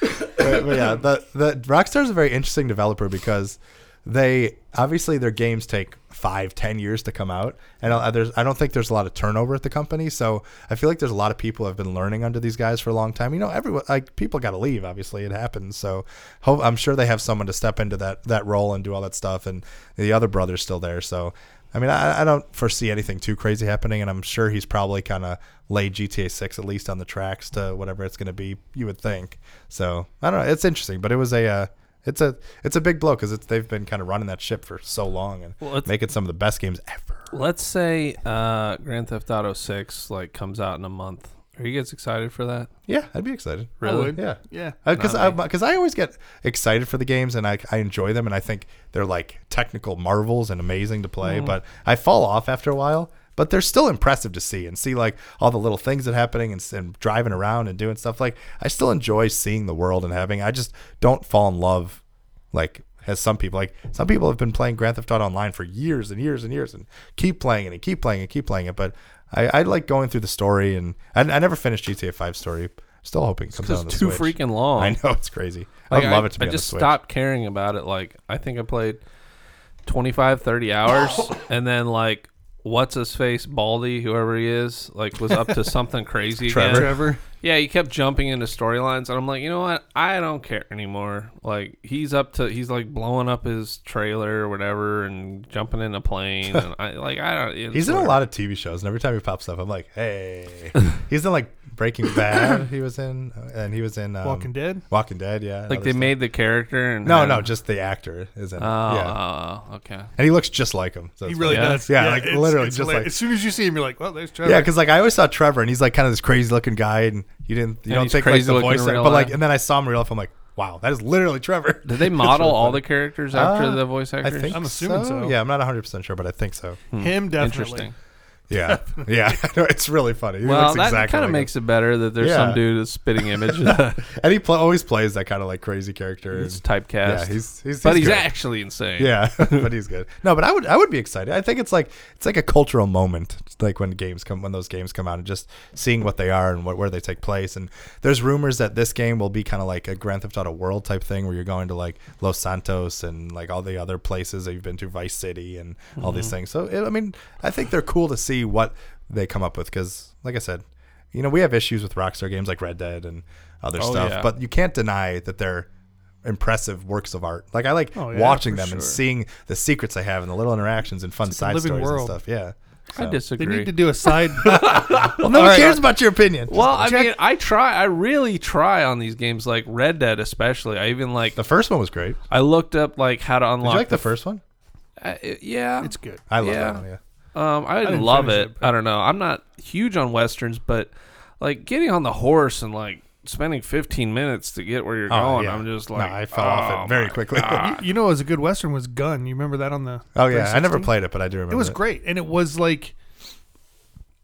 but, but yeah, the the Rockstar's a very interesting developer because they obviously their games take five, ten years to come out, and I, there's I don't think there's a lot of turnover at the company, so I feel like there's a lot of people have been learning under these guys for a long time. You know, everyone like people got to leave. Obviously, it happens. So hope, I'm sure they have someone to step into that that role and do all that stuff, and the other brother's still there, so. I mean, I, I don't foresee anything too crazy happening, and I'm sure he's probably kind of laid GTA 6 at least on the tracks to whatever it's going to be. You would think. So I don't know. It's interesting, but it was a uh, it's a it's a big blow because they've been kind of running that ship for so long and Well, it's- making some of the best games ever. Let's say uh Grand Theft Auto 6 like comes out in a month. Are you guys excited for that? Yeah, I'd be excited. Really? would. Yeah. yeah. Because Not I, Uh, 'cause I always get excited for the games and I, I enjoy them and I think they're like technical marvels and amazing to play, Mm. but I fall off after a while. But they're still impressive to see and see like all the little things that are happening and, s- and driving around and doing stuff. Like I still enjoy seeing the world and having. I just don't fall in love like as some people like some people have been playing Grand Theft Auto Online for years and years and years and keep playing it and keep playing it and keep playing it. But I, I like going through the story and I, I never finished GTA Five story. Still hoping it comes out Because on the it's too Switch. freaking long. I know it's crazy. Like, I'd love it to be I on just the Switch. stopped caring about it. Like I think I played 25, 30 hours, and then like what's his face, Baldy, whoever he is, like was up to something crazy Trevor. again. Trevor. Yeah, he kept jumping into storylines, and I'm like, you know what? I don't care anymore. Like he's up to he's like blowing up his trailer or whatever, and jumping in a plane. and I like I don't. it's He's in a whatever. lot of TV shows, and every time he pops up, I'm like, hey. He's in like Breaking Bad. He was in, and he was in um, Walking Dead. Walking Dead, yeah. and Like other they stuff. made the character and No, had- no, just the actor is in. it. Oh, yeah, oh, okay. and he looks just like him. So He it's really funny. Yeah. does. Yeah, like, it's- literally it's just hilarious. like- as soon as you see him, you're like, well, there's Trevor. Yeah, because like I always saw Trevor, and he's like kind of this crazy looking guy, and you didn't, you And don't he's think like crazy the looking in voice, real but like, life. and then I saw him real life. I'm like, wow, that is literally Trevor. Did they It's model really all funny. the characters after Uh, the voice I actors? Oh, think I'm assuming so. Yeah, I'm not 100 percent sure, but I think so. him definitely. Interesting. Yeah, yeah, I know, it's really funny. He Well, looks that exactly kind of like makes it better that there's some Yeah. dude that's spitting image. and him. and he pl- always plays that kind of like crazy character. it's and- typecast. yeah, he's he's, but he's good. actually insane. Yeah, but he's good. No, but I would I would be excited. I think it's like it's like a cultural moment, It's like when games come when those games come out and just seeing what they are and what, where they take place. And there's rumors that this game will be kind of like a Grand Theft Auto World type thing, where you're going to like Los Santos and like all the other places that you've been to, Vice City and all Mm-hmm. these things. So it, I mean, I think they're cool to see what they come up with because, like I said, you know we have issues with Rockstar games like Red Dead and other Oh, stuff, yeah. but you can't deny that they're impressive works of art. Like I like Oh, yeah, watching for them and sure. seeing the secrets they have and the little interactions and fun It's like a side living stories world. and stuff. Yeah. I So- They disagree. need to do a side. Well, no All one right. cares about your opinion. well, I Jack- mean, I try. I really try on these games, like Red Dead, especially. I even like. the first one was great. I looked up like how to Did you unlock. like the f- first one? uh, it- yeah, it's good. I love Yeah. that one. Yeah. Um, I, didn't love finish it. it, but- I don't know. I'm not huge on westerns, but like getting on the horse and like spending 15 minutes to get where you're going, Oh, yeah. Oh, I'm just No, like, I fell off oh it very my quickly. God. You know, it was a good Western was Gun. You remember that on the. oh yeah, I never 360? played it, but I do remember. It was great. And it was like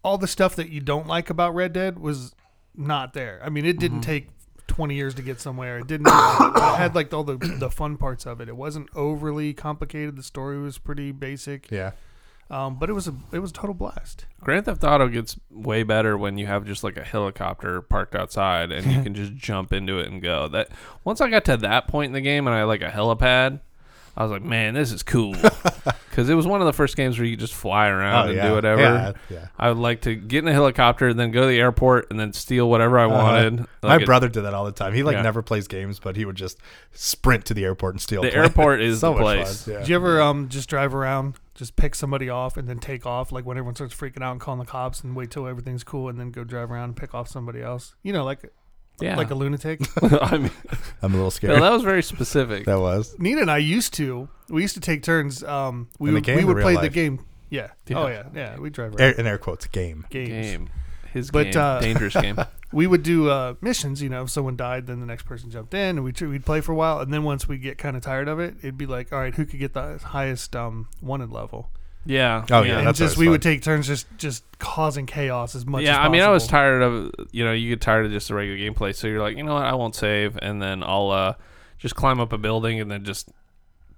all the stuff that you don't like about Red Dead was not there. I mean, it didn't take 20 years to get somewhere. It didn't it had like all the, the fun parts of it. It wasn't overly complicated. The story was pretty basic. Yeah. Um, but it was a it was a total blast. Grand Theft Auto gets way better when you have just like a helicopter parked outside and you can just jump into it and go. That once I got to that point in the game and I had, like a helipad, I was like, man, this is cool. Because it was one of the first games where you just fly around Oh, and yeah. do whatever. Yeah, yeah. I would like to get in a helicopter, then go to the airport, and then steal whatever I wanted. Uh-huh. My Like, it- brother did that all the time. He like Yeah. never plays games, but he would just sprint to the airport and steal. The a plane. airport is so the much place. Fun. Yeah. Did you ever um just drive around, just pick somebody off, and then take off? Like when everyone starts freaking out and calling the cops, and wait till everything's cool, and then go drive around and pick off somebody else. You know, like yeah. like a lunatic. I mean, I'm a little no, scared. that was very specific. that was. Nina and I used to. We used to take turns. Um, we In the would, game we or would real play the life? game. Yeah. Yeah. Oh yeah. Yeah. We drive around Air, in air quotes, game. games. game. His But, game. uh, Dangerous game. We would do uh, missions. You know, if someone died, then the next person jumped in, and we would we'd play for a while, and then once we get kind of tired of it, it'd be like, all right, who could get the highest um, wanted level? Yeah. Oh, yeah, and that's just always we would fun. take turns just just causing chaos as much. as yeah, I mean, I was possible. tired of you know you get tired of just the regular gameplay, so you're like, you know what, I won't save, and then I'll uh, just climb up a building and then just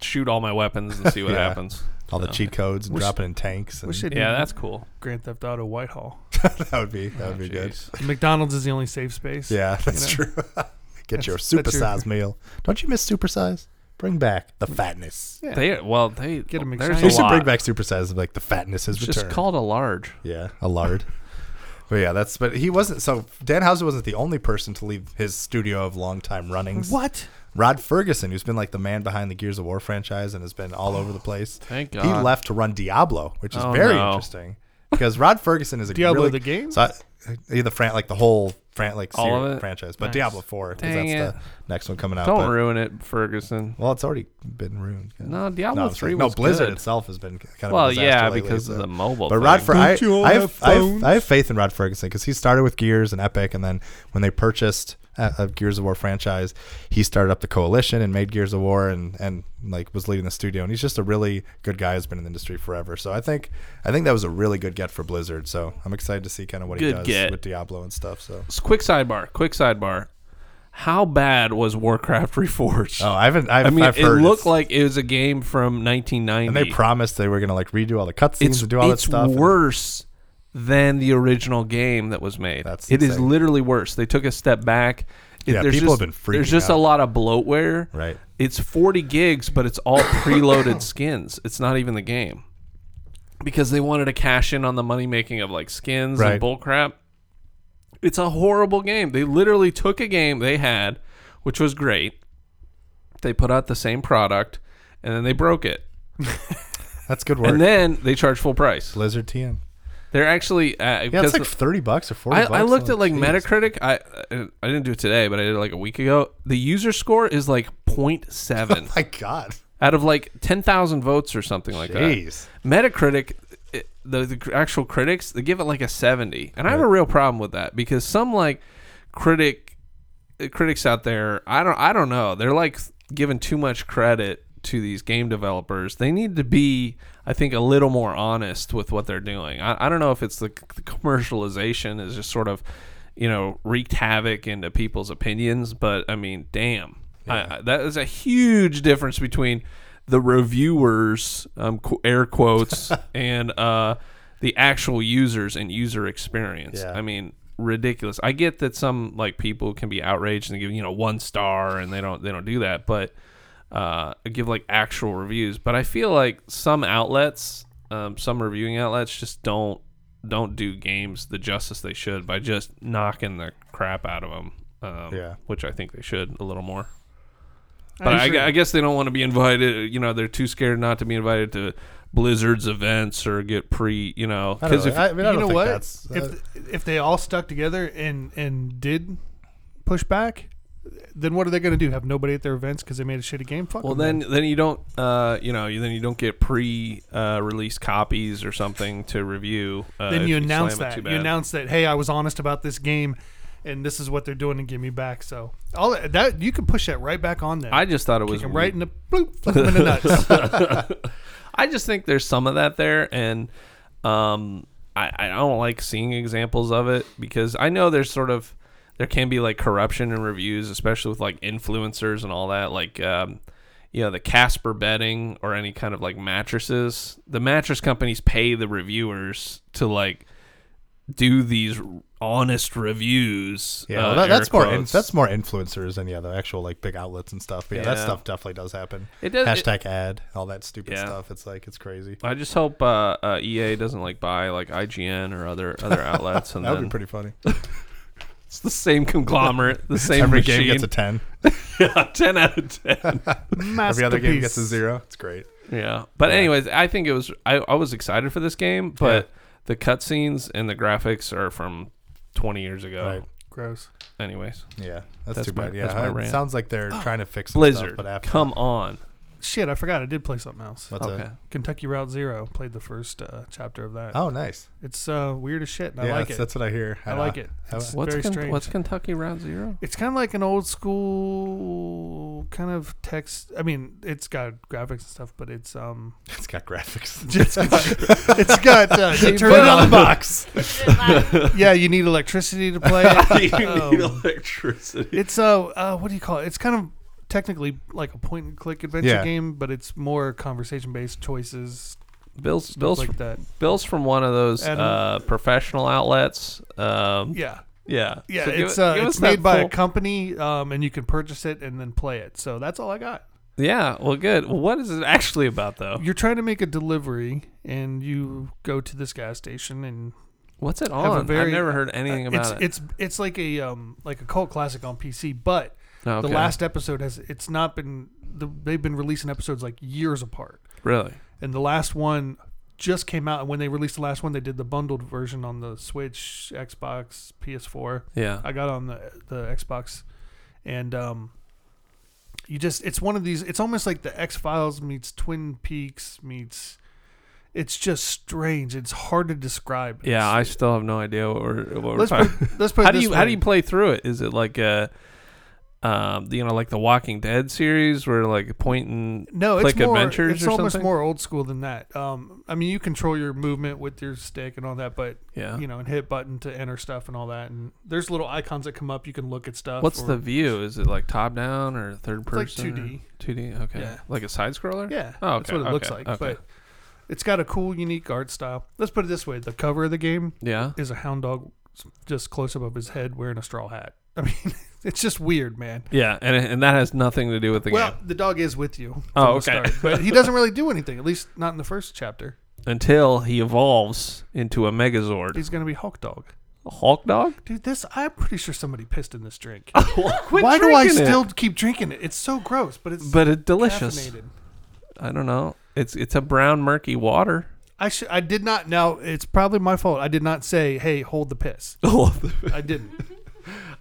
shoot all my weapons and see what Yeah. happens. All the So, cheat codes and We should- dropping in tanks. We And should Yeah, yeah, that's cool. Grand Theft Auto Whitehall. that would be that would be good. Oh, Jeez. McDonald's is the only safe space. Yeah, that's true. Get your That's- that's your- supersize meal. Don't you miss supersize? Bring back the fatness. Yeah. They well they Get 'em there's excited. Mm. a You should lot. bring back supersize. Like the fatness has just returned. called a large. yeah, a lard. but yeah, that's. But he wasn't. So Dan Houser wasn't the only person to leave his studio of long time runnings. What? Rod Ferguson, who's been like the man behind the Gears of War franchise and has been all over the place. Thank He God. left to run Diablo, which is Oh, very no. interesting because Rod Ferguson is a Diablo really- the game? So I, either fran- like the whole fran- like All of series- it? franchise, but Nice. Diablo Four because Dang that's it. the next one coming out. Don't but- ruin it, Ferguson. Well, it's already been ruined. yeah. No, No, Diablo I'm three saying- was no Blizzard good. itself has been kind of a Well, disaster yeah, lately, because so- of the mobile. But thing. Rod, Fer- I, Don't you all I, have have, I, have, phones? I have faith in Rod Ferguson because he started with Gears and Epic, and then when they purchased uh, a Gears of War franchise, he started up the Coalition and made Gears of War, and and like was leading the studio. And he's just a really good guy who's been in the industry forever. So I think I think that was a really good get for Blizzard. So I'm excited to see kind of what he Good does get. with Diablo and stuff. So S- quick sidebar. Quick sidebar. How bad was Warcraft Reforged? oh, I haven't. I've, I mean, have it heard looked it's- like it was a game from 1990. and they promised they were gonna like redo all the cutscenes it's and do all that it's stuff. and- worse than the original game that was made. That's it is insane. literally worse. They took a step back. It- Yeah, there's people just- have been freaking There's just out. a lot of bloatware. Right. It's 40 gigs, but it's all preloaded skins. It's not even the game. Because they wanted to cash in on the money making of like skins Right. and bullcrap. It's a horrible game. They literally took a game they had, which was great. They put out the same product, and then they broke it. That's good work. And then they charge full price. Blizzard TM. They're actually uh, Yeah, because it's like thirty bucks or forty. I, bucks. I looked I'm at like "Jeez." Metacritic. I I I didn't do it today, but I did it like a week ago. The user score is like 0.7 My God, out of like 10,000 votes or something like jeez. that. Metacritic, it, the, the cr- actual critics, they give it like a 70. And I have a real problem with that because some like critic uh, critics out there, I don't I don't know. They're like giving too much credit to these game developers. They need to be I think a little more honest with what they're doing. I, I don't know if it's the, c- the commercialization is just sort of, you know, wreaked havoc into people's opinions, but I mean, damn. I, I, that is a huge difference between the reviewers, um, qu- air quotes, and uh, the actual users and user experience. Yeah. I mean, ridiculous. I get that some like people can be outraged and give you know one star and they don't they don't do that, but uh, give like actual reviews. But I feel like some outlets, um, some reviewing outlets, just don't don't do games the justice they should by just knocking the crap out of them. Um, Yeah. which I think they should a little more. I But I, agree. I guess they don't want to be invited. You know, they're too scared not to be invited to Blizzard's events or get pre. You know, I don't because know. if I, I mean, I you don't know think what? that's uh, if if they all stuck together and and did push back, then what are they going to do? Have nobody at their events because they made a shitty game? Fuck. well, 'em, then man. then you don't. Uh, you know, you, then you don't get pre uh, release copies or something to review. Uh, then if you slam announce it that too you bad. announce that hey, I was honest about this game, and this is what they're doing to give me back. So all that- that you can push that right back on them. I just thought it was Kick 'em weird. right in the bloop, flip 'em in the nuts. I just think there's some of that there, and um, I, I don't like seeing examples of it because I know there's sort of there can be like corruption in reviews, especially with like influencers and all that, like um, you know the Casper bedding or any kind of like mattresses. The mattress companies pay the reviewers to like do these honest reviews. yeah. uh, well, that, air that's more in, quotes. that's more influencers than yeah the actual like big outlets and stuff. But yeah, that Yeah. stuff definitely does happen. It does- it- Hashtag ad, all that stupid Yeah. stuff. It's like it's crazy. I just hope uh, uh, EA doesn't like buy like IGN or other other outlets, and That would then be pretty funny. It's the same conglomerate, the same Every machine. game gets a ten. yeah, ten out of ten. Every other game gets a Masterpiece. zero. It's great. yeah, but anyways, I think it was. I, I was excited for this game, but the cutscenes and the graphics are from twenty years ago. Right. Gross. Anyways, Yeah, that's, That's too my- bad. Yeah, that's my it rant. Ah, sounds like they're trying to fix some Blizzard, stuff, but after come on. Shit, I forgot. I did play something else. what's okay. that? Kentucky Route Zero. Played the first uh, chapter of that. Oh, nice. It's uh, weird as shit, and yeah, I like that's, it. that's what I hear. I like it. It's What's very Ken- strange. what's Kentucky Round Zero? It's kind of like an old school kind of text. I mean, it's got graphics and stuff, but it's um, It's got graphics. it's got, it's got uh, you turn it on. box. Is it like- Yeah, you need electricity to play it. Um, electricity. it's uh, uh, what do you call it? It's kind of technically like a point and click adventure Yeah. game, but it's more conversation based choices, Bill's stuff Bill's like that. Bill's from one of those Adam. uh, professional outlets. Um, yeah. Yeah. yeah, Yeah, So give it's it- uh, give us it's that made by full- a company, um, and you can purchase it and then play it. So that's all I got. Yeah, well, good. What is it actually about though? You're trying to make a delivery, and you go to this gas station, and What's it a on? I've very- uh, never heard anything about it's it. it's it's like a um like a cult classic on PC. But Oh, okay. the last episode has it's not been the, they've been releasing episodes like years apart, really and the last one just came out. And when they released the last one, they did the bundled version on the Switch, Xbox, PS4. yeah I got on the the Xbox, and um, you just it's one of these. It's almost like the X Files meets Twin Peaks meets. It's just strange. It's hard to describe. yeah I still have no idea what we're what we're let's talking. put, let's put it how do this you how way. do you play through it? Is it like a um you know like the Walking Dead series where like point and no, it's click more, adventures It's or almost something? more old school than that. Um, I mean, you control your movement with your stick and all that, but yeah you know, and hit button to enter stuff and all that. And there's little icons that come up. You can look at stuff. what's or- the view? Is it like top down or third uh, It's like person? 2D. Two D. Okay. Yeah. Like a side scroller. Yeah, Oh, that's okay, what it looks okay, like. okay. But It's got a cool, unique art style. Let's put it this way: the cover of the game Yeah. is a hound dog, s- just close up of his head wearing a straw hat. I mean, it's just weird, man. Yeah, and and that has nothing to do with the Well, game the dog is with you. from Oh, the okay. start, but he doesn't really do anything. At least not in the first chapter. until he evolves into a Megazord. He's gonna be Hawk Dog. Hulk dog. Dude, this I'm pretty sure somebody pissed in this drink. Quit Why do I drinking it. still keep drinking it? It's so gross, but it's But it's delicious. caffeinated. I don't know. It's it's a brown murky water. I should. I did not. Now it's probably my fault. I did not say, "Hey, hold the piss." I didn't.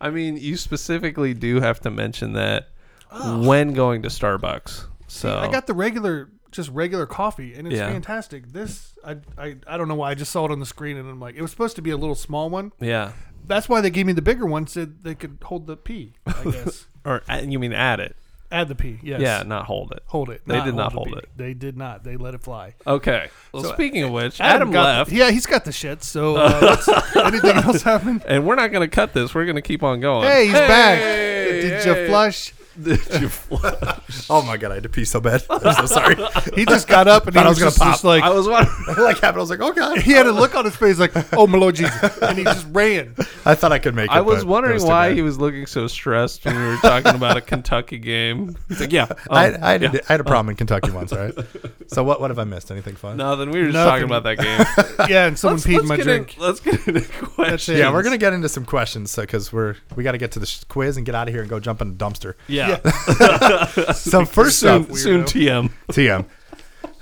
I mean, you specifically do have to mention that when going to Starbucks. So I got the regular, just regular coffee, and it's Yeah. fantastic. This, I, I, I don't know why. I just saw it on the screen, and I'm like, it was supposed to be a little small one. yeah. That's why they gave me the bigger one, said they could hold the pee. I guess Or uh, you mean add it? add the pee. Yes. Yeah, not hold it. Hold it. They did not hold the pee. it. They did not. They let it fly. Okay. Well, So, speaking of which, Adam, got left, The, yeah, he's got the shit. So uh, let's- anything else happen? and we're not going to cut this. We're going to keep on going. Hey, he's back. Hey, Did hey. you flush? Did you flush? oh my god, I had to pee so bad. I'm so sorry. He just got up and he Thought I was, was gonna pop. just, just like, I was wondering. like happened. I was like, oh god. he had a look on his face like, "Oh my lord Jesus," and he just ran. I thought I could make it. I was but it wondering too why bad. he was looking so stressed when we were talking about a Kentucky game. He's like, yeah, um, I, I, had a- I had a problem in Kentucky once, all right? So what? What have I missed? Anything fun? nothing. We were just Nothing. talking about that game. Yeah, and someone let's, peed let's in my get drink. In, let's get into questions. Yeah, we're gonna get into some questions because we're we got to get to the sh- quiz and get out of here and go jump in a dumpster. Yeah. So first up, soon, soon TM. TM.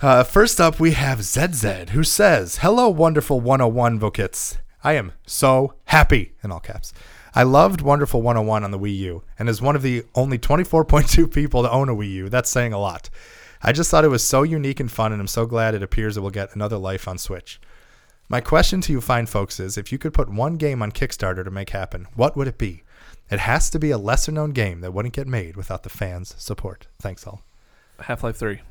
Uh, first up, we have ZZ, who says, Hello, wonderful 101 Vokits. I am so happy, in all caps. I loved Wonderful 101 on the Wii U, and is one of the only 24.2 people to own a Wii U. That's saying a lot. I just thought it was so unique and fun, and I'm so glad it appears it will get another life on Switch. My question to you fine folks is if you could put one game on Kickstarter to make happen, what would it be? It has to be a lesser known game that wouldn't get made without the fans' support. Thanks all Half Life Three.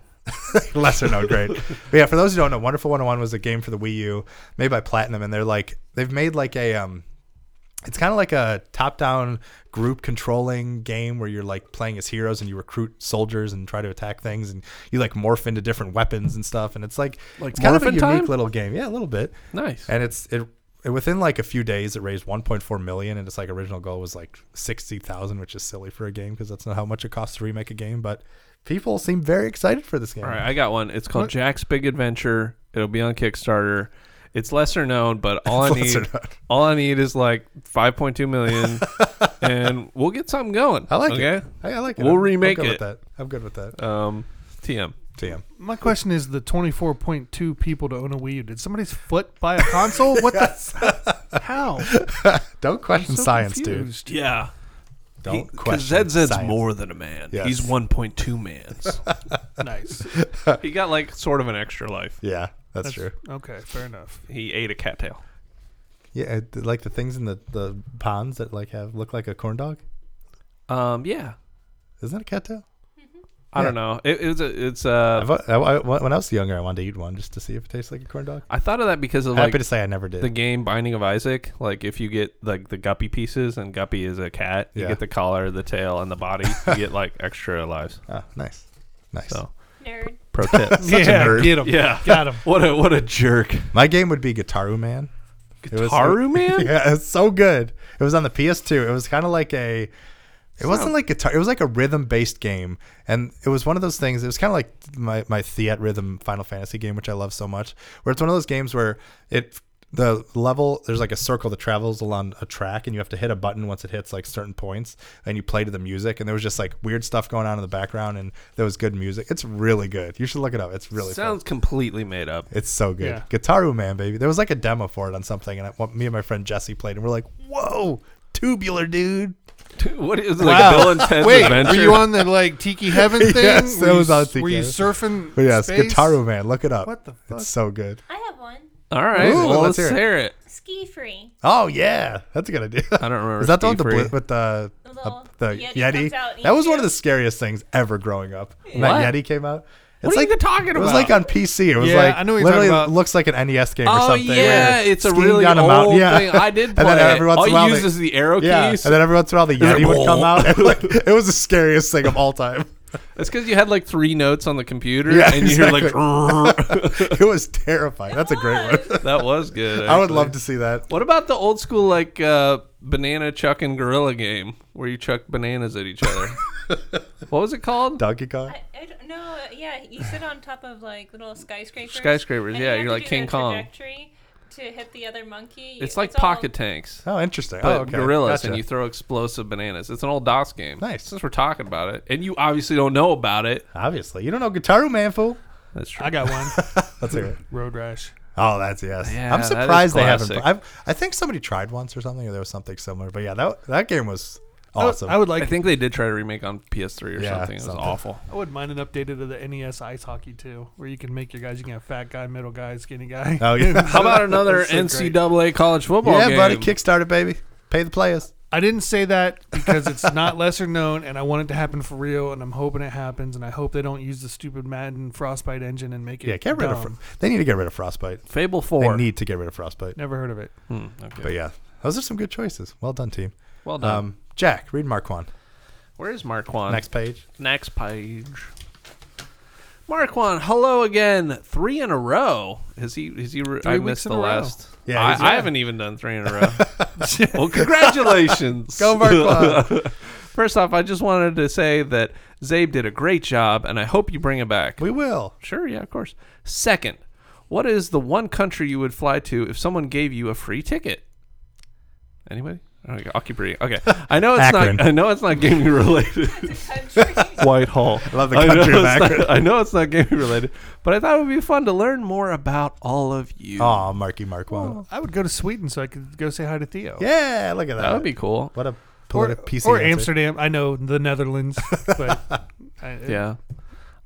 lesser known great but yeah for those who don't know wonderful 101 was a game for the wii u made by platinum and they're like they've made like a um it's kind of like a top-down group controlling game where you're like playing as heroes and you recruit soldiers and try to attack things and you like morph into different weapons and stuff and it's like Like it's kind of a Morphin' unique Time? little game yeah a little bit Nice. and it's it, it within like a few days it raised 1.4 million and its like original goal was like 60,000 which is silly for a game because that's not how much it costs to remake a game but people seem very excited for this game All right, I got one. It's called Jack's Big Adventure. It'll be on Kickstarter. It's lesser known, but all I It's lesser need, known. all I need is like 5.2 million, and we'll get something going. I like okay? it. I, I like it. We'll I'm- I'm remake good it. With that. I'm good with that. Um, TM. TM. My question is the 24.2 people to own a Wii U. Did somebody's foot buy a console? What the? How? Don't question science, Confused. Yeah. dude. Don't Because question ZZ's science. more than a man. Yes. He's 1.2 mans. Nice. he got like sort of an extra life. Yeah, that's, true. Okay, fair enough. He ate a cattail. Yeah, it- like the things in the, the ponds that like have look like a corn dog. Um, yeah. Isn't that a cattail? I Yeah. don't know. It, it was a, it's uh, a. I've- I, I- when I was younger, I wanted to eat one just to see if it tastes like a corn dog. I thought of that because of Happy like to say I never did. the game Binding of Isaac, like if you get like the guppy pieces and guppy is a cat, you Yeah. get the collar, the tail, and the body, you get like extra lives. Ah, nice, nice. So Nerd. pro tip. Such a nerd. Get him. yeah. Got him. What a what a jerk. My game would be Guitaru Man. It was- Guitaru Man? yeah, it's so good. It was on the PS2. It was kind of like a. It wasn't like guitar. It was like a rhythm-based game, and it was one of those things. It was kind of like my my Theat Rhythm Final Fantasy game, which I love so much. Where it's one of those games where it the level there's like a circle that travels along a track, and you have to hit a button once it hits like certain points, and you play to the music. And there was just like weird stuff going on in the background, and there was good music. It's really good. You should look it up. It's really fun. Sounds completely made up. It's so good. Yeah. Guitaru Man, baby. There was like a demo for it on something, and I, me and my friend Jesse played, and we're like, whoa, tubular, dude. Dude, what is it, like a Bill and Ted's Wait, adventure? were you on the like Tiki Heaven thing? Yes, were that you, was on s- Tiki Were you Heaven. Oh, surfing? But yes, space? Guitaru Man. Look it up. What the fuck? It's so good. I have one. All right. Ooh, well, let's, let's hear, hear it. it. Ski free. Oh, yeah. That's a good idea. I don't remember Is that the one with the, Ski-Free. bl- with the, The uh, little the Yeti Yeti? comes out and That was eats one of you. the scariest things ever growing up. When What? that Yeti came out. It's are like, you even talking It was about? like on PC. It was Yeah, like, I know what you're literally talking about. looks like an NES game or Oh something. yeah, where it's a skiing really down a mountain. old Yeah. thing. I did And play then every it. once All in a while you they- use is the arrow Yeah, and keys. then every once in a while the like, Yeti would come out. And like, it was the scariest thing of all time. That's because you had like three notes on the computer, Yeah, and you hear like it was terrifying. That's a great one. that was good. I would actually. love to see that. What about the old school like uh, banana chuck and gorilla game where you chuck bananas at each other? what was it called? Donkey Kong. I, I don't know. Yeah, you sit on top of like little skyscrapers. Skyscrapers, and you yeah, have you're to like do King a Kong. trajectory To hit the other monkey. It's like all- pocket tanks. Oh, interesting. But oh, okay. gorillas, Gotcha. and you throw explosive bananas. It's an old DOS game. Nice. Since we're talking about it, and you obviously don't know about it. Obviously, you don't know Guitar Man, fool. That's true. I got one. That's it. Road rash. Oh, that's yes. Yeah, I'm that is surprised they haven't. classic. I've, I think somebody tried once or something, or there was something similar. But yeah, that that game was awesome. I would I like. think they did try to remake on PS3 or Yeah, something. It was something. awful. I would mind an updated of the NES ice hockey too, where you can make your guys. You can have fat guy, middle guy, skinny guy. oh yeah, How about another That's so great. NCAA college football yeah, game? buddy, Kickstarter baby, pay the players. I didn't say that because it's not lesser known, and I want it to happen for real, and I'm hoping it happens, and I hope they don't use the stupid Madden Frostbite engine and make it. Yeah, get rid of. dumb. Fro- they need to get rid of Frostbite. Fable Four. They need to get rid of Frostbite. Never heard of it. Hmm, okay. But yeah, those are some good choices. Well done, team. Well done. Um, Jack, read Marquand. Where is Marquand? Next page. Next page. Marquand, hello again. Three in a row. Is he? Is he? Re- I weeks missed in the a row. last. Yeah, I, he's I right. haven't even done three in a row. well, congratulations. Go Marquand. First off, I just wanted to say that Zabe did a great job, and I hope you bring him back. we will. Sure, yeah, of course. Second, what is the one country you would fly to if someone gave you a free ticket? Anybody? Okay, I'll keep reading. Okay, I know it's Akron. not. I know it's not gaming related. Country. Whitehall. I love the country know of it's not- Akron. I know it's not gaming related, but I thought it would be fun to learn more about all of you. Oh, Marky Marquand. I would go to Sweden so I could go say hi to Theo. Yeah, look at that. that would be cool. what a Or, politi- PC or answer. Amsterdam. I know the Netherlands, but I, Yeah.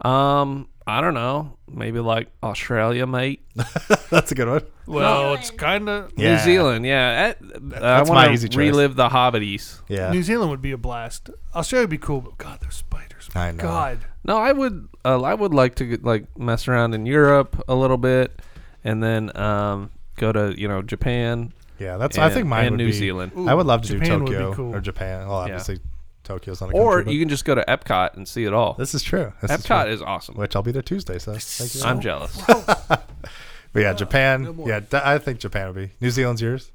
Um, I don't know. Maybe like Australia, mate. That's a good one. well, New it's Zealand. kind of Yeah. New Zealand. Yeah. Eh, I, I That's my want easy to choice. relive the Hobbities. Yeah. New Zealand would be a blast. Australia would be cool, but God, those spiders. I know. God, No, I would. Uh, I would like to get, like mess around in Europe a little bit, and then um, go to you know Japan. Yeah, that's. and, I think mine and would New be. Zealand. I would love to Japan do would be Tokyo cool. or Japan. Well, Yeah. obviously, Tokyo's not a Or country, you can just go to Epcot and see it all. but this is true. This is Epcot true. is awesome. which I'll be there Tuesday. So thank you. I'm jealous. But yeah, Japan. no more. Mm-hmm. yeah, d- I think Japan would be. New Zealand's yours.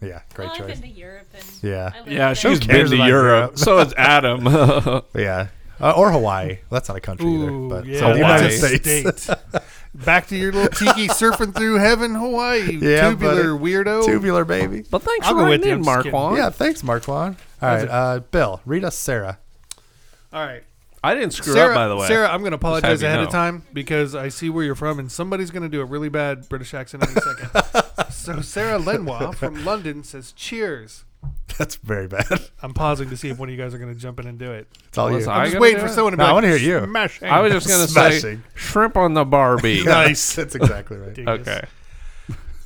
Yeah, great well, I've choice. been to Europe and Yeah. I lived Yeah, there. she's cares been to about Europe. Europe? so is Adam. But yeah, uh, or Hawaii. Well, that's not a country Ooh, either. But yeah, so the that's United a States. state. Back to your little tiki surfing through heaven, Hawaii. you Yeah, tubular buddy. weirdo. Tubular baby. but thanks I'll for go with writing you, in, I'm just Mark kidding. Juan. Yeah, thanks, Marquand. All right, uh, Bill, read us Sarah. All right, I didn't screw Sarah. up, by the way. Sarah, I'm going to apologize you ahead know. of time because I see where you're from, and somebody's going to do a really bad British accent any second. so Sarah Lenoir from London says, "Cheers." That's very bad. I'm pausing to see if one of you guys are going to jump in and do it. It's all Was you. I I'm just gonna waiting do for it? someone to be No, I like, wanna hear you. Smashing. I was just gonna say Smashing. shrimp on the Barbie. nice. That's exactly right. Dingus. okay.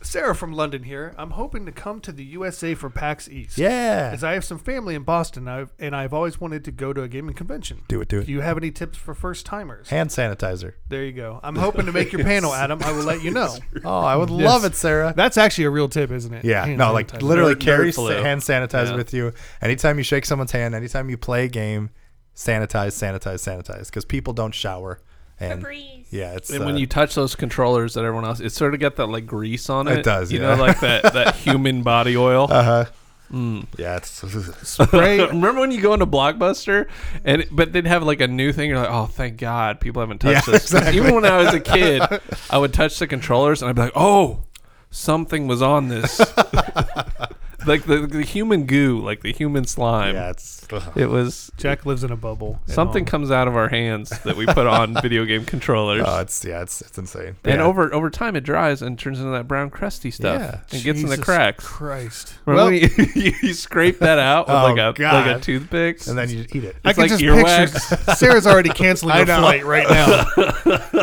Sarah from London here. I'm hoping to come to the USA for PAX East. Yeah. As I have some family in Boston, I've, and I've always wanted to go to a gaming convention. Do it. Do it. Do you have any tips for first timers? Hand sanitizer. There you go. I'm hoping to make your panel, Adam. I will let you know. Oh, I would Yes. love it, Sarah. That's actually a real tip, isn't it? Yeah, Hand no, like sanitizer. literally Nerd- carry nerd flu. sa- hand sanitizer Yeah. with you. Anytime you shake someone's hand, anytime you play a game, sanitize, sanitize, sanitize, because people don't shower. And Febreze. yeah, it's And when uh, you touch those controllers that everyone else, it's sort of got that like grease on it. It does, You yeah. know, like that that human body oil. uh, yeah, it's spray. Remember when you go into Blockbuster and but they'd have like a new thing? You're like, oh, thank God, people haven't touched Yeah, this. 'Cause Even when I was a kid, I would touch the controllers and I'd be like, oh, something was on this, like the, the human goo, like the human slime. yeah, it's It was Jack lives in a bubble. at something home. comes out of our hands that we put on video game controllers. oh, it's yeah, it's it's insane. and yeah. over over time, it dries and turns into that brown crusty stuff Yeah. and gets in the Jesus cracks. Christ. Remember Well, when you, you scrape that out with Oh, like a like a God. toothpick, and then you eat it. I It's can like just picture earwax. Sarah's already canceling her flight right now.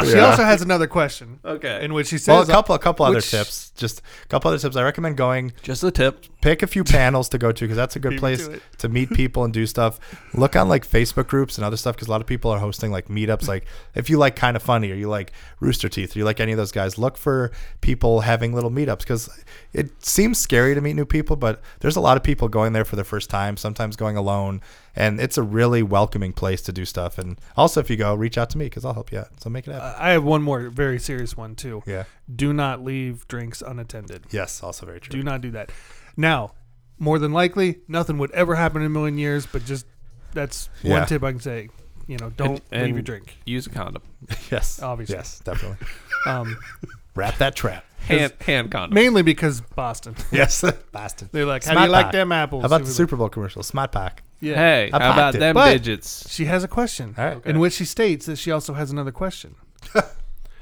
she Yeah. also has another question uh, Okay. in which she Well, a says, couple a couple other which- tips, just a couple other tips. I recommend going Just a tip. pick a few panels to go to because that's a good Beat me place to it. to meet people and do stuff. Look on like Facebook groups and other stuff because a lot of people are hosting like meetups. Like if you like kind of funny or you like Rooster Teeth or you like any of those guys, look for people having little meetups because it seems scary to meet new people, but there's a lot of people going there for the first time, sometimes going alone, and it's a really welcoming place to do stuff. And also, if you go, reach out to me because I'll help you out. So make it happen. I have one more very serious one too. Yeah. Do not leave drinks unattended. Yes, also very true. Do not do that. Now, more than likely, nothing would ever happen in a million years, but just that's Yeah. one tip I can say. You know, don't And- leave your and- drink. Use a condom. yes, Obviously. Yes, definitely. Um, Wrap that trap. Hand, hand condom. mainly because Boston. Yes, Boston. They're like, how Smart do you like pack. them apples? How about the Everybody- Super Bowl commercial? Smart pack. Yeah. Hey, I how about popped it. them But- digits? She has a question All right. Okay. in which she states that she also has another question.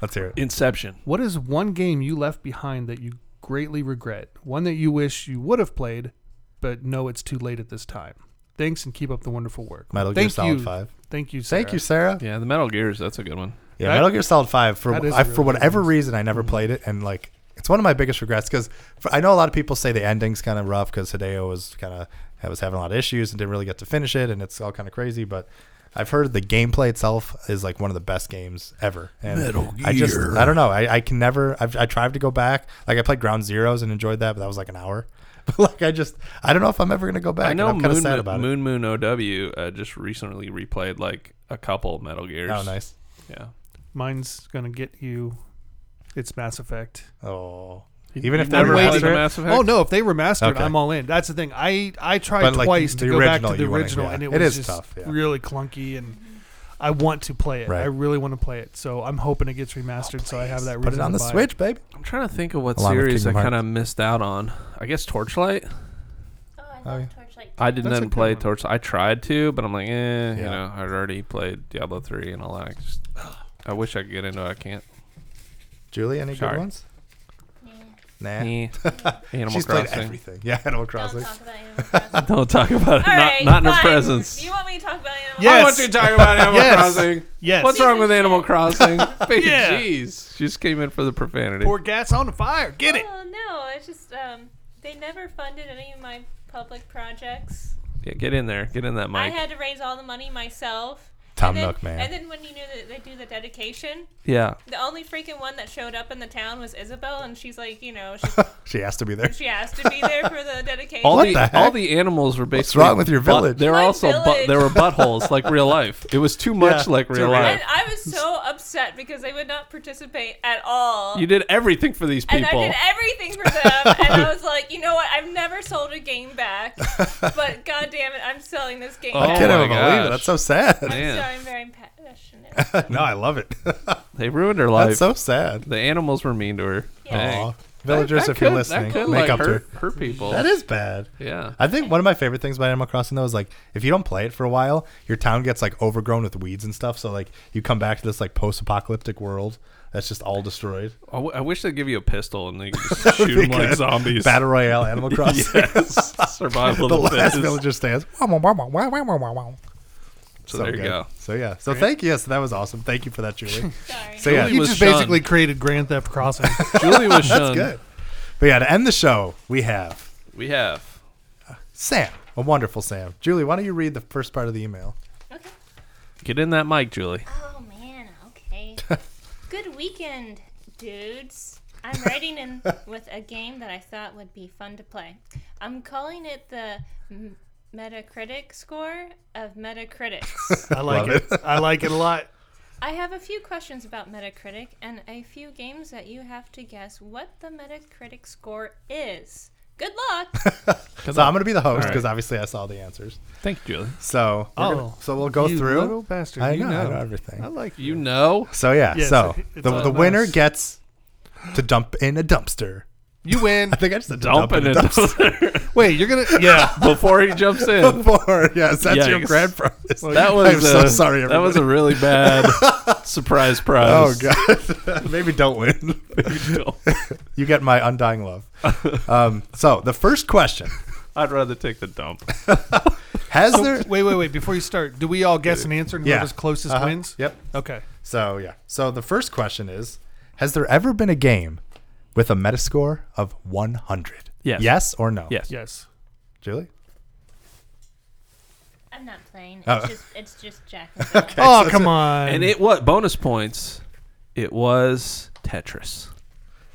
Let's hear it. Inception. What is one game you left behind that you greatly regret? One that you wish you would have played, but know it's too late at this time. Thanks and keep up the wonderful work. Metal Gear Thank Solid you. Five. Thank you. Sarah. Thank you, Sarah. Yeah, the Metal Gears. That's a good one. Yeah, That- Metal Gear Solid Five for that is a I, really for good whatever one. Mm-hmm. reason I never played it, and like it's one of my biggest regrets because I know a lot of people say the ending's kind of rough because Hideo was kind of I was having a lot of issues and didn't really get to finish it, and it's all kind of crazy. But I've heard the gameplay itself is like one of the best games ever. And Metal Gear. I just I don't know. I, I can never. I've, I tried to go back. Like I played Ground Zeroes and enjoyed that, but that was like an hour. But like I just I don't know if I'm ever gonna go back. I know and I'm kind of Moon, sad about Moon Moon OW uh, just recently replayed like a couple Metal it. Gears. Oh, nice. Yeah. Mine's gonna get you. It's Mass Effect. Oh, even if You've they're never played remastered, a Mass Effect? Oh no! If they remastered, Okay. I'm all in. That's the thing. I I tried But, like, twice the to go back to original the you wanna- original, yeah. and it, It was is just tough, yeah. really clunky, and I want to play it. Right. I really want to play it, so I'm hoping it gets remastered. so I have that. put it reason on to the buy Switch, baby. I'm trying to think of what Along with series I Kingdom kind of missed out on. I guess Torchlight. Oh, I love Oh, yeah. Torchlight. I didn't That's a even good play one. Torchlight. I tried to, but I'm like, eh, you Yeah. know, I'd already played Diablo 3 and all that. I, just, I wish I could get into it. I can't. Julie, any Sorry. good ones? Yeah. Nah. Eh. Animal She's played Crossing. everything. Yeah, Animal Don't Crossing. talk about Animal Crossing. Don't talk about it. All not right, not in her fine. presence. You want me to talk about Animal Yes. I want you to talk about Animal Yes. Crossing. Yes. What's wrong with Animal Crossing? Yeah. Jeez. She just came in for the profanity. Pour gas on the fire. Get it. Oh no, it's just um, they never funded any of my public projects. Yeah, get in there. Get in that mic. I had to raise all the money myself. Tom and then, Nook, man. And then when you knew that they do the dedication, yeah. the only freaking one that showed up in the town was Isabel, and she's like, you know, she, she has to be there. she has to be there for the dedication. All What the, the heck? all the animals were What's basically wrong with your butt- village? They were My also village. but, they were buttholes like real life. It was too much Yeah, like too real real. life. and I was so upset because they would not participate at all. You did everything for these and I people. did everything for them, and I was like, you know what? I've never sold a game back, but god damn it, I'm selling this game. Oh back. I can't my even believe gosh. it. That's so sad. I'm Man. sorry, I'm very passionate. no, I love it. they ruined her life. That's so sad. the animals were mean to her. Yeah. Dang. Aw. Villagers, That if you're could- that listening, could, make like, up to her. hurt, hurt people. That is bad. yeah. I think one of my favorite things about Animal Crossing though is like if you don't play it for a while, your town gets like overgrown with weeds and stuff. So like you come back to this like post-apocalyptic world that's just all destroyed. I, w- I wish they'd give you a pistol and they could just shoot them like zombies. Battle Royale, Animal Crossing. yes. Survival the of the last fittest. villager stands. So, there you good. go. So yeah. So thank you. Yes, that was awesome. Thank you for that, Julie. Sorry. So yeah, Julie You was um, just shunned. basically created Grand Theft Crossing. Julie that's was shunned. good. But yeah, to end the show, we have We have. Sam, a wonderful Sam. Julie, why don't you read the first part of the email? Okay. Get in that mic, Julie. Oh man, okay. Good weekend, dudes. I'm writing in with a game that I thought would be fun to play. I'm calling it the M- Metacritic score of Metacritics. I like Love it. I like it a lot. I have a few questions about Metacritic and a few games that you have to guess what the Metacritic score is. Good luck. So I'm gonna be the host All right. because obviously I saw the answers. Thank you, Julie. So we're gonna- Oh, so we'll go you through. little bastard. I You know, I know. know everything. I like You know, So yeah. Yes, so it- it's the on the winner us. gets to dump in a dumpster. You win. I think I just said to dump dumping in a it dumpster Wait, you're gonna yeah. before he jumps in. before. Yes, that's your Yikes. grand prize. That was I'm so a- sorry. Everybody. That was a really bad surprise Oh prize. god. Maybe don't win. god! You get my undying love. Um, so the first question: I'd rather take the dump. Has Oh, there? Wait, wait, wait. Before you start, do we all guess an answer and Yeah. whoever's closest Uh-huh. wins? Yep. Okay. So yeah. So the first question is: Has there ever been a game with a Metascore of 100? Yes. Yes or no? Yes. Yes. Julie? I'm not playing. It's Oh. just it's just Jack. and Jill. Oh come on. And it was bonus points. It was Tetris.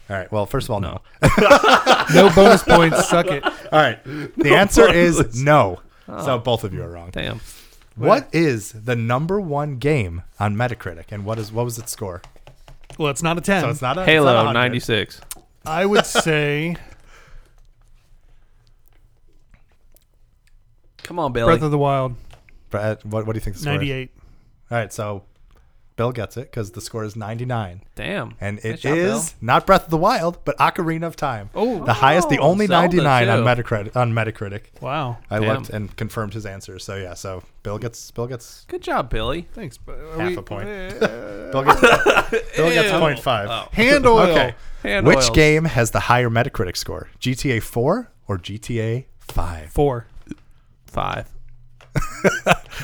All right. Well, first of all, no. no bonus points. Suck it. All right. The answer is no. Oh. So both of you are wrong. Damn. What is the number one game on Metacritic, and what is what was its score? Well, it's not a ten. So it's not a it's not a Halo hundred. 96. I would say Come on, Billy. Breath of the Wild. Brad, uh, what, what do you think the score? is? Ninety-eight. All right. So Bill gets it because the score is ninety nine. Damn. And Good it is job, Bill. not Breath of the Wild, but Ocarina of Time. Oh. the highest, the Oh, only Zelda, 99 on too. Metacritic. On Metacritic, Wow. I Damn. looked and confirmed his answer. So yeah, so Bill gets Bill gets Good job, Billy. Thanks. but are half we- eh, a point. Bill gets Bill gets Ew. Oh. point five. Hand oil. Okay. Hand Which oils. game has the higher Metacritic score, GTA 4 or GTA 5? Four. Five.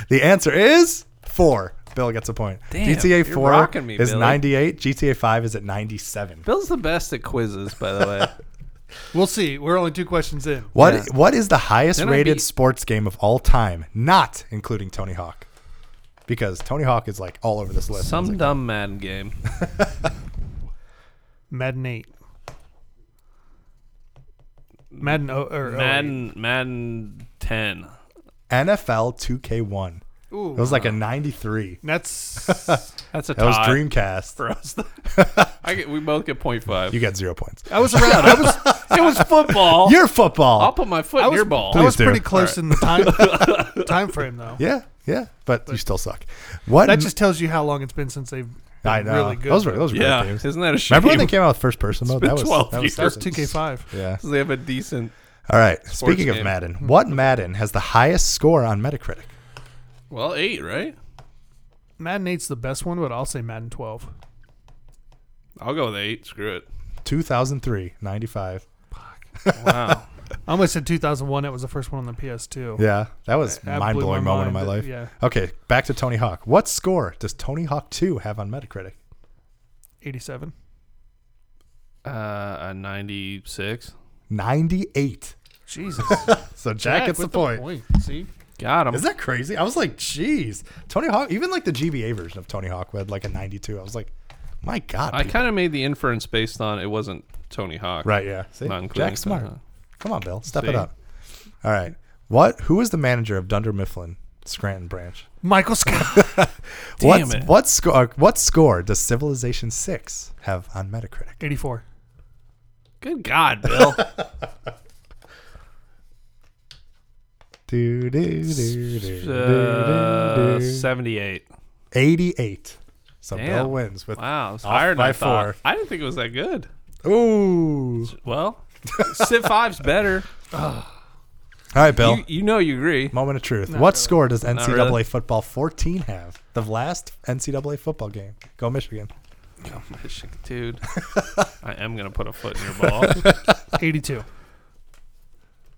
The answer is 4. Bill gets a point. Damn, you're GTA 4 rocking me, is Billy. 98, GTA 5 is at 97. Bill's the best at quizzes, by the way. We'll see. We're only two questions in. What Yeah. what is the highest Then I rated beat- sports game of all time, not including Tony Hawk? Because Tony Hawk is like all over this list. Some dumb Madden game. Madden eight. Madden oh, or oh, Madden Madden 10. NFL 2K1. eight. Ooh. It was like a 93. That's That's a That was tie Dreamcast. for us. I get, we both get point five. You got 0 points. I was around. I was it was football. Your I'll football. put my foot I in was, your ball. I was Please do. pretty close in the time time frame though. yeah, yeah, but you still suck. What That just tells you how long it's been since they've been I know. really good. Those were those were yeah. great games. Isn't that a shame? Remember when they came out with first person mode? been That was 12 that was, years. that two K five. Yeah. they have a decent. All right. Speaking of game. Madden, what Madden has the highest score on Metacritic? Well, eight, right? Madden eight's the best one, but I'll say Madden twelve. I'll go with eight. Screw it. 2003, 95. Wow. I almost said two thousand one. That was the first one on the PS two. Yeah, that was That blew my mind blowing moment of my mind. life. Yeah. Okay, back to Tony Hawk. What score does Tony Hawk 2 have on Metacritic? Eighty seven. uh, a 96. 98. Jesus. So Jack, gets the with point. See? God, I'm Is that crazy? I was like, jeez. Tony Hawk, even like the GBA version of Tony Hawk had like a 92. I was like, my God. I people. kind of made the inference based on it wasn't Tony Hawk. Right, yeah. See? Not including Jack Smart. Tony Hawk. Come on, Bill. Step See? it up. All right. What? Who is the manager of Dunder Mifflin, Scranton branch? Michael Scott. What's- it. What score? What score does Civilization Six have on Metacritic? Eighty four. Good God, Bill. Do, do, do, do, do, uh, do, do. 78. Eighty-eight. So Damn. Bill wins with Wow, it's Off higher than by I thought. four. I didn't think it was that good. ooh. Well, Civ 5's better. All right, Bill. You, you know you agree. Moment of truth. What score does Not NCAA really. football 14 have? The last NCAA football game. Go Michigan. Oh, Michigan, dude. I am going to put a foot in your ball. Eighty two.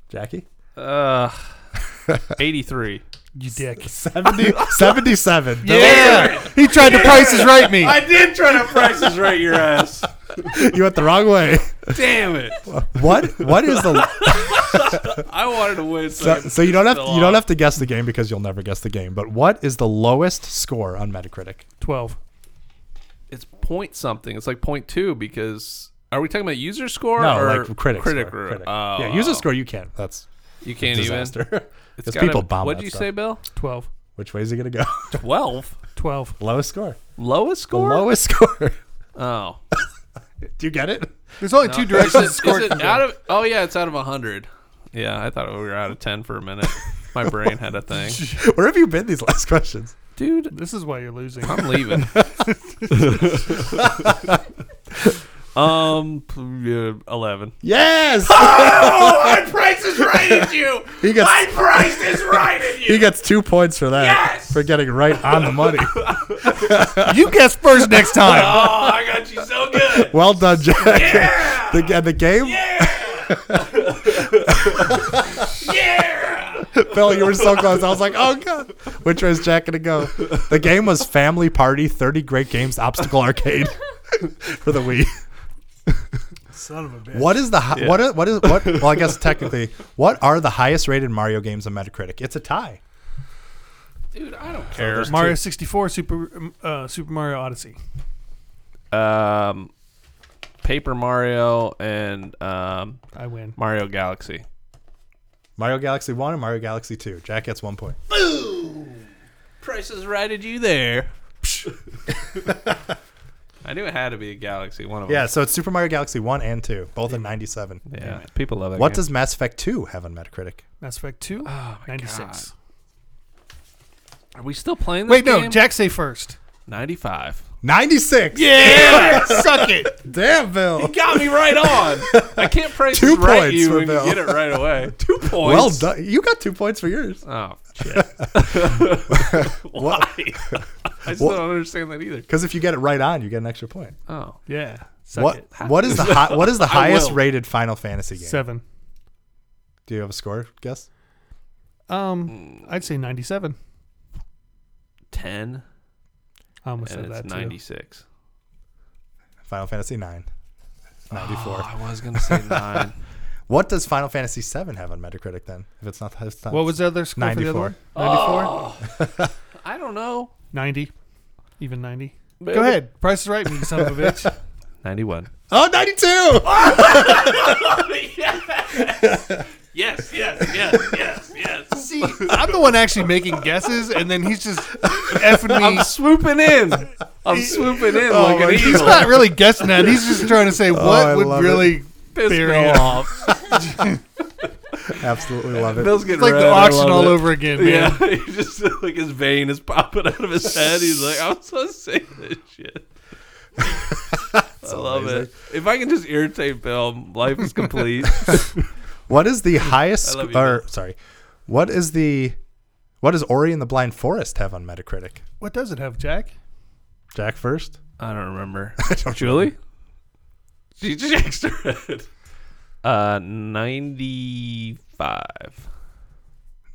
Jackie. Uh, 83. You dick. 70, 77. Yeah. he tried to price is right me. did try to price is right your ass. You went the wrong way. Damn it. What? What is the? I wanted to win. So, I so you don't have fell you don't off. have to guess the game because you'll never guess the game. But what is the lowest score on Metacritic? Twelve. It's point something. It's like point two because. Are we talking about user score? No, or like critic. Critic. score, or- critic. Oh, yeah, user oh. score you can't. That's You can't even. disaster. It's Because gotta- people bomb What'd that you stuff. say, Bill? Twelve. Which way is it gonna go? 12? Twelve. lowest score. Lowest The score? lowest score. Oh. Do you get it? There's only two directions Is it- to score is it can go. out of? Oh yeah, it's out of hundred. Yeah, I thought we were out of ten for a minute. My brain had a thing, Where have you been these last questions? dude. This is why you're losing. I'm leaving. um, p- yeah, eleven. Yes, My price is right at you. he gets price is right at he gets two points for that Yes! for getting right on the money. you guess first next time. Oh, I got you so good. Well done, Jack. The, and the game, Yeah. Bill, you were so close. I was like, oh god, which way is Jack gonna go? The game was Family Party: Thirty Great Games Obstacle Arcade for the Wii. Son of a bitch. What is the hi- what? Are, what is what? Well, I guess technically, what are the highest rated Mario games on Metacritic? It's a tie. Oh, Dude, I don't care. Mario 64, Super uh, Super Mario Odyssey. Um, Paper Mario and um, I win. Mario Galaxy. Mario Galaxy One and Mario Galaxy Two. Jack gets one point. Price is right at you there. I knew it had to be a Galaxy. One of them. Yeah, so it's Super Mario Galaxy One and Two, both in '97. Yeah. People love that. What game. does Mass Effect Two have on Metacritic? Mass Effect 2, 96. Are we still playing this Wait, game? no, Jack say first. 95. 96. Yeah! Suck it! Damn, Bill. Got me right on. I can't praise Two this right points you for when Bill. you get it right away. Two points. Well done. You got two points for yours. Oh, shit. Why? I still don't understand that either. Because if you get it right on, you get an extra point. Oh. Yeah. Suck What it. What is the hi- What is the highest will. rated Final Fantasy game? Seven. Do you have a score guess? Um, I'd say 97. 10 I almost and said it's that, too. 96. Final Fantasy Nine. 94. Oh, I was going to say 9. What does Final Fantasy VII have on Metacritic then? If it's not, it's not What was the other score for the other 94. one? 94? I don't know. 90. Even 90. Maybe. Go ahead. Price is right, you son of a bitch. 91. Oh, 92! Yes, yes, yes, yes, yes. See, I'm the one actually making guesses, and then he's just effing me. I'm swooping in. I'm swooping in Oh my like an God. eagle. He's not really guessing that. He's just trying to Oh, say what I would love really Piss bury Bill it. off. Absolutely love it. Bill's getting It's like red. the I auction love all it. over again, man. Yeah, he just like his vein is popping out of his head. He's like, I'm so sick of this shit. I love amazing. it. If I can just irritate Bill, life is complete. What is the highest? I love you, or sorry, what is the? What does Ori and the Blind Forest have on Metacritic? What does it have, Jack? Jack first. I don't remember. don't Julie? She shakes her head. Uh, 95.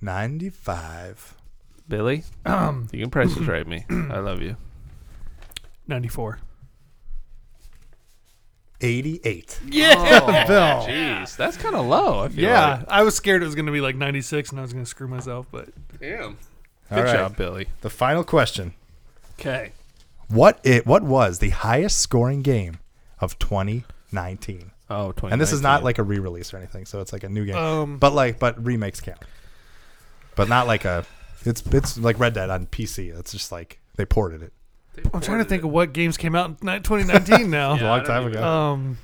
Ninety-five. Billy, Um, you can price is right me. I love you. 94. 88. Yeah. Bill. Oh, Jeez, that's kind of low. I feel Yeah, I was scared it was going to be like 96 and I was going to screw myself, but. like. Damn. All Good right. job, Billy. The final question. Okay. What it what was the highest scoring game of 2019? Oh, 20. And this is not like a re-release or anything, so it's like a new game. Um, but like but remakes count. But not like a it's it's like Red Dead on PC. It's just like they ported it. I'm trying to think of what games came out in ni- 2019 now. a Yeah, I long don't time even- ago. Um,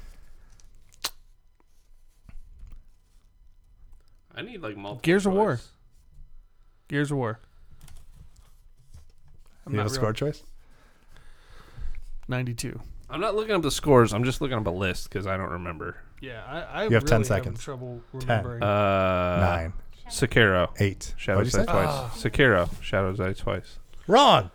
I need like multiple. Gears of War. choice. Gears of War. I'm you have a real- score choice? 92. I'm not looking up the scores. I'm just looking up a list because I don't remember. Yeah, I, I You have 10 really having seconds. trouble remembering. Uh, Nine. Nine, Sekiro. eight. What'd you Shadows say? Die twice. Sekiro. Shadows Die twice. Wrong.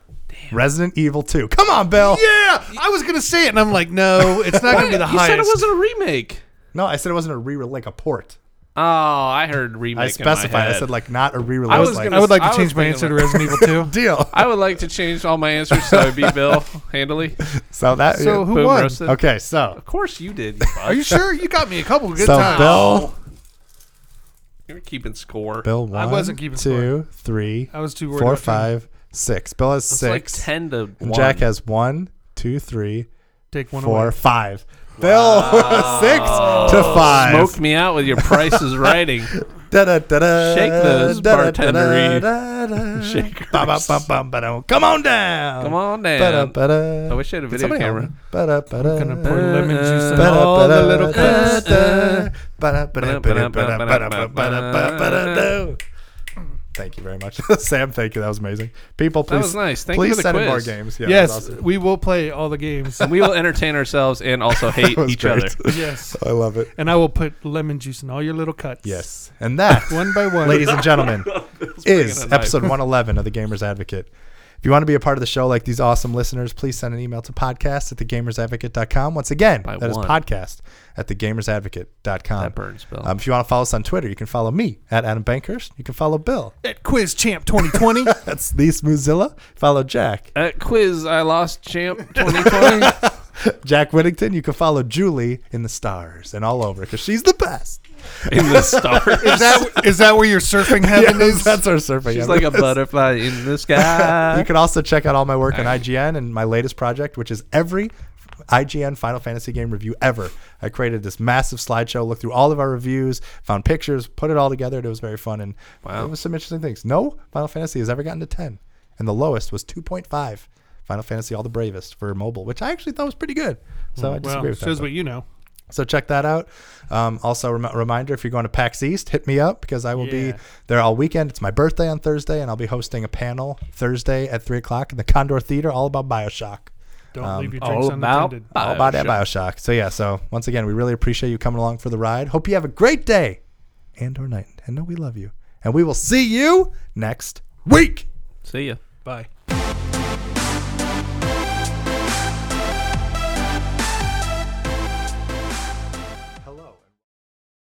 Resident Evil 2. Come on, Bill. yeah, I was gonna say it, and I'm like, no, it's not gonna be you the highest. said it wasn't a remake. No, I said it wasn't a re-release, like a port. Oh, I heard remake. I in My specified. head. I said like not a re-release. I was like, gonna I would like I to was change my thinking answer to like- Resident Evil 2. deal. I would like to change all my answers so I beat Bill handily. So that So who Boom won? roasted. Okay, so Of course you did. You Are you sure you got me a couple good so times? Bill You're keeping score. Bill one, I wasn't keeping two, three, I was too worried. four, about trying five, six. Bill has it's six. like ten to and one. Jack has one, two, three, to Take one four, away. five. Bill six to five. Smoke me out with your prices writing. Da-da-da-da, Shake those da-da-da-da-da-da. Shakers. Ba-ba-ba-bum-ba-dum. Come on down. Come on down. Ba-da-ba-da. I wish I had a Did video somebody help camera. me? Ba-da-ba-da. Gonna pour lemon juice in Ba-da, all the little cups. Ba-da-ba-da-da-da. Ba-da-ba-da-ba-da-ba-da-ba-da-ba-da-ba-da. Thank you very much, Sam. Thank you. That was amazing. People, please, That was nice. Thank you please for the send in more quiz. games. Yeah, that was Yes, awesome. we will play all the games. and we will entertain ourselves and also hate was each great. other. yes, I love it. and I will put lemon juice in all your little cuts. Yes, and that, one by one. ladies and gentlemen, is a knife. episode 111 of the Gamers Advocate. If you want to be a part of the show like these awesome listeners, please send an email to podcast at thegamersadvocate.com. Once again, that By is one. podcast at thegamersadvocate.com. That burns, Bill. Um, if you want to follow us on Twitter, you can follow me at Adam Bankhurst. You can follow Bill. at Quiz Champ 2020. Uh, That's the Smoozilla. Follow Jack. At quiz, I lost champ 2020. Jack Whittington, you can follow Julie in the stars and all over because she's the best. in the stars. Is that is that where your surfing heaven Yes, is? that's our surfing. She's ever. like a butterfly in the sky. you can also check out all my work on IGN and my latest project, which is every IGN Final Fantasy game review ever. I created this massive slideshow, looked through all of our reviews, found pictures, put it all together. and It was very fun, and it was some interesting things. No Final Fantasy has ever gotten to ten, and the lowest was two point five. Final Fantasy All the Bravest for mobile, which I actually thought was pretty good. So I disagree Hmm. well, with that. shows but- what you know. so check that out. Um, also, rem- reminder if you're going to PAX East, hit me up because I will Yeah. be there all weekend. It's my birthday on Thursday, and I'll be hosting a panel Thursday at three o'clock in the Condor Theater, all about Bioshock. Don't Um, leave your drinks All about unattended. All about that Bioshock. So yeah. So once again, we really appreciate you coming along for the ride. Hope you have a great day and or night, and know we love you, and we will see you next week. See ya. Bye.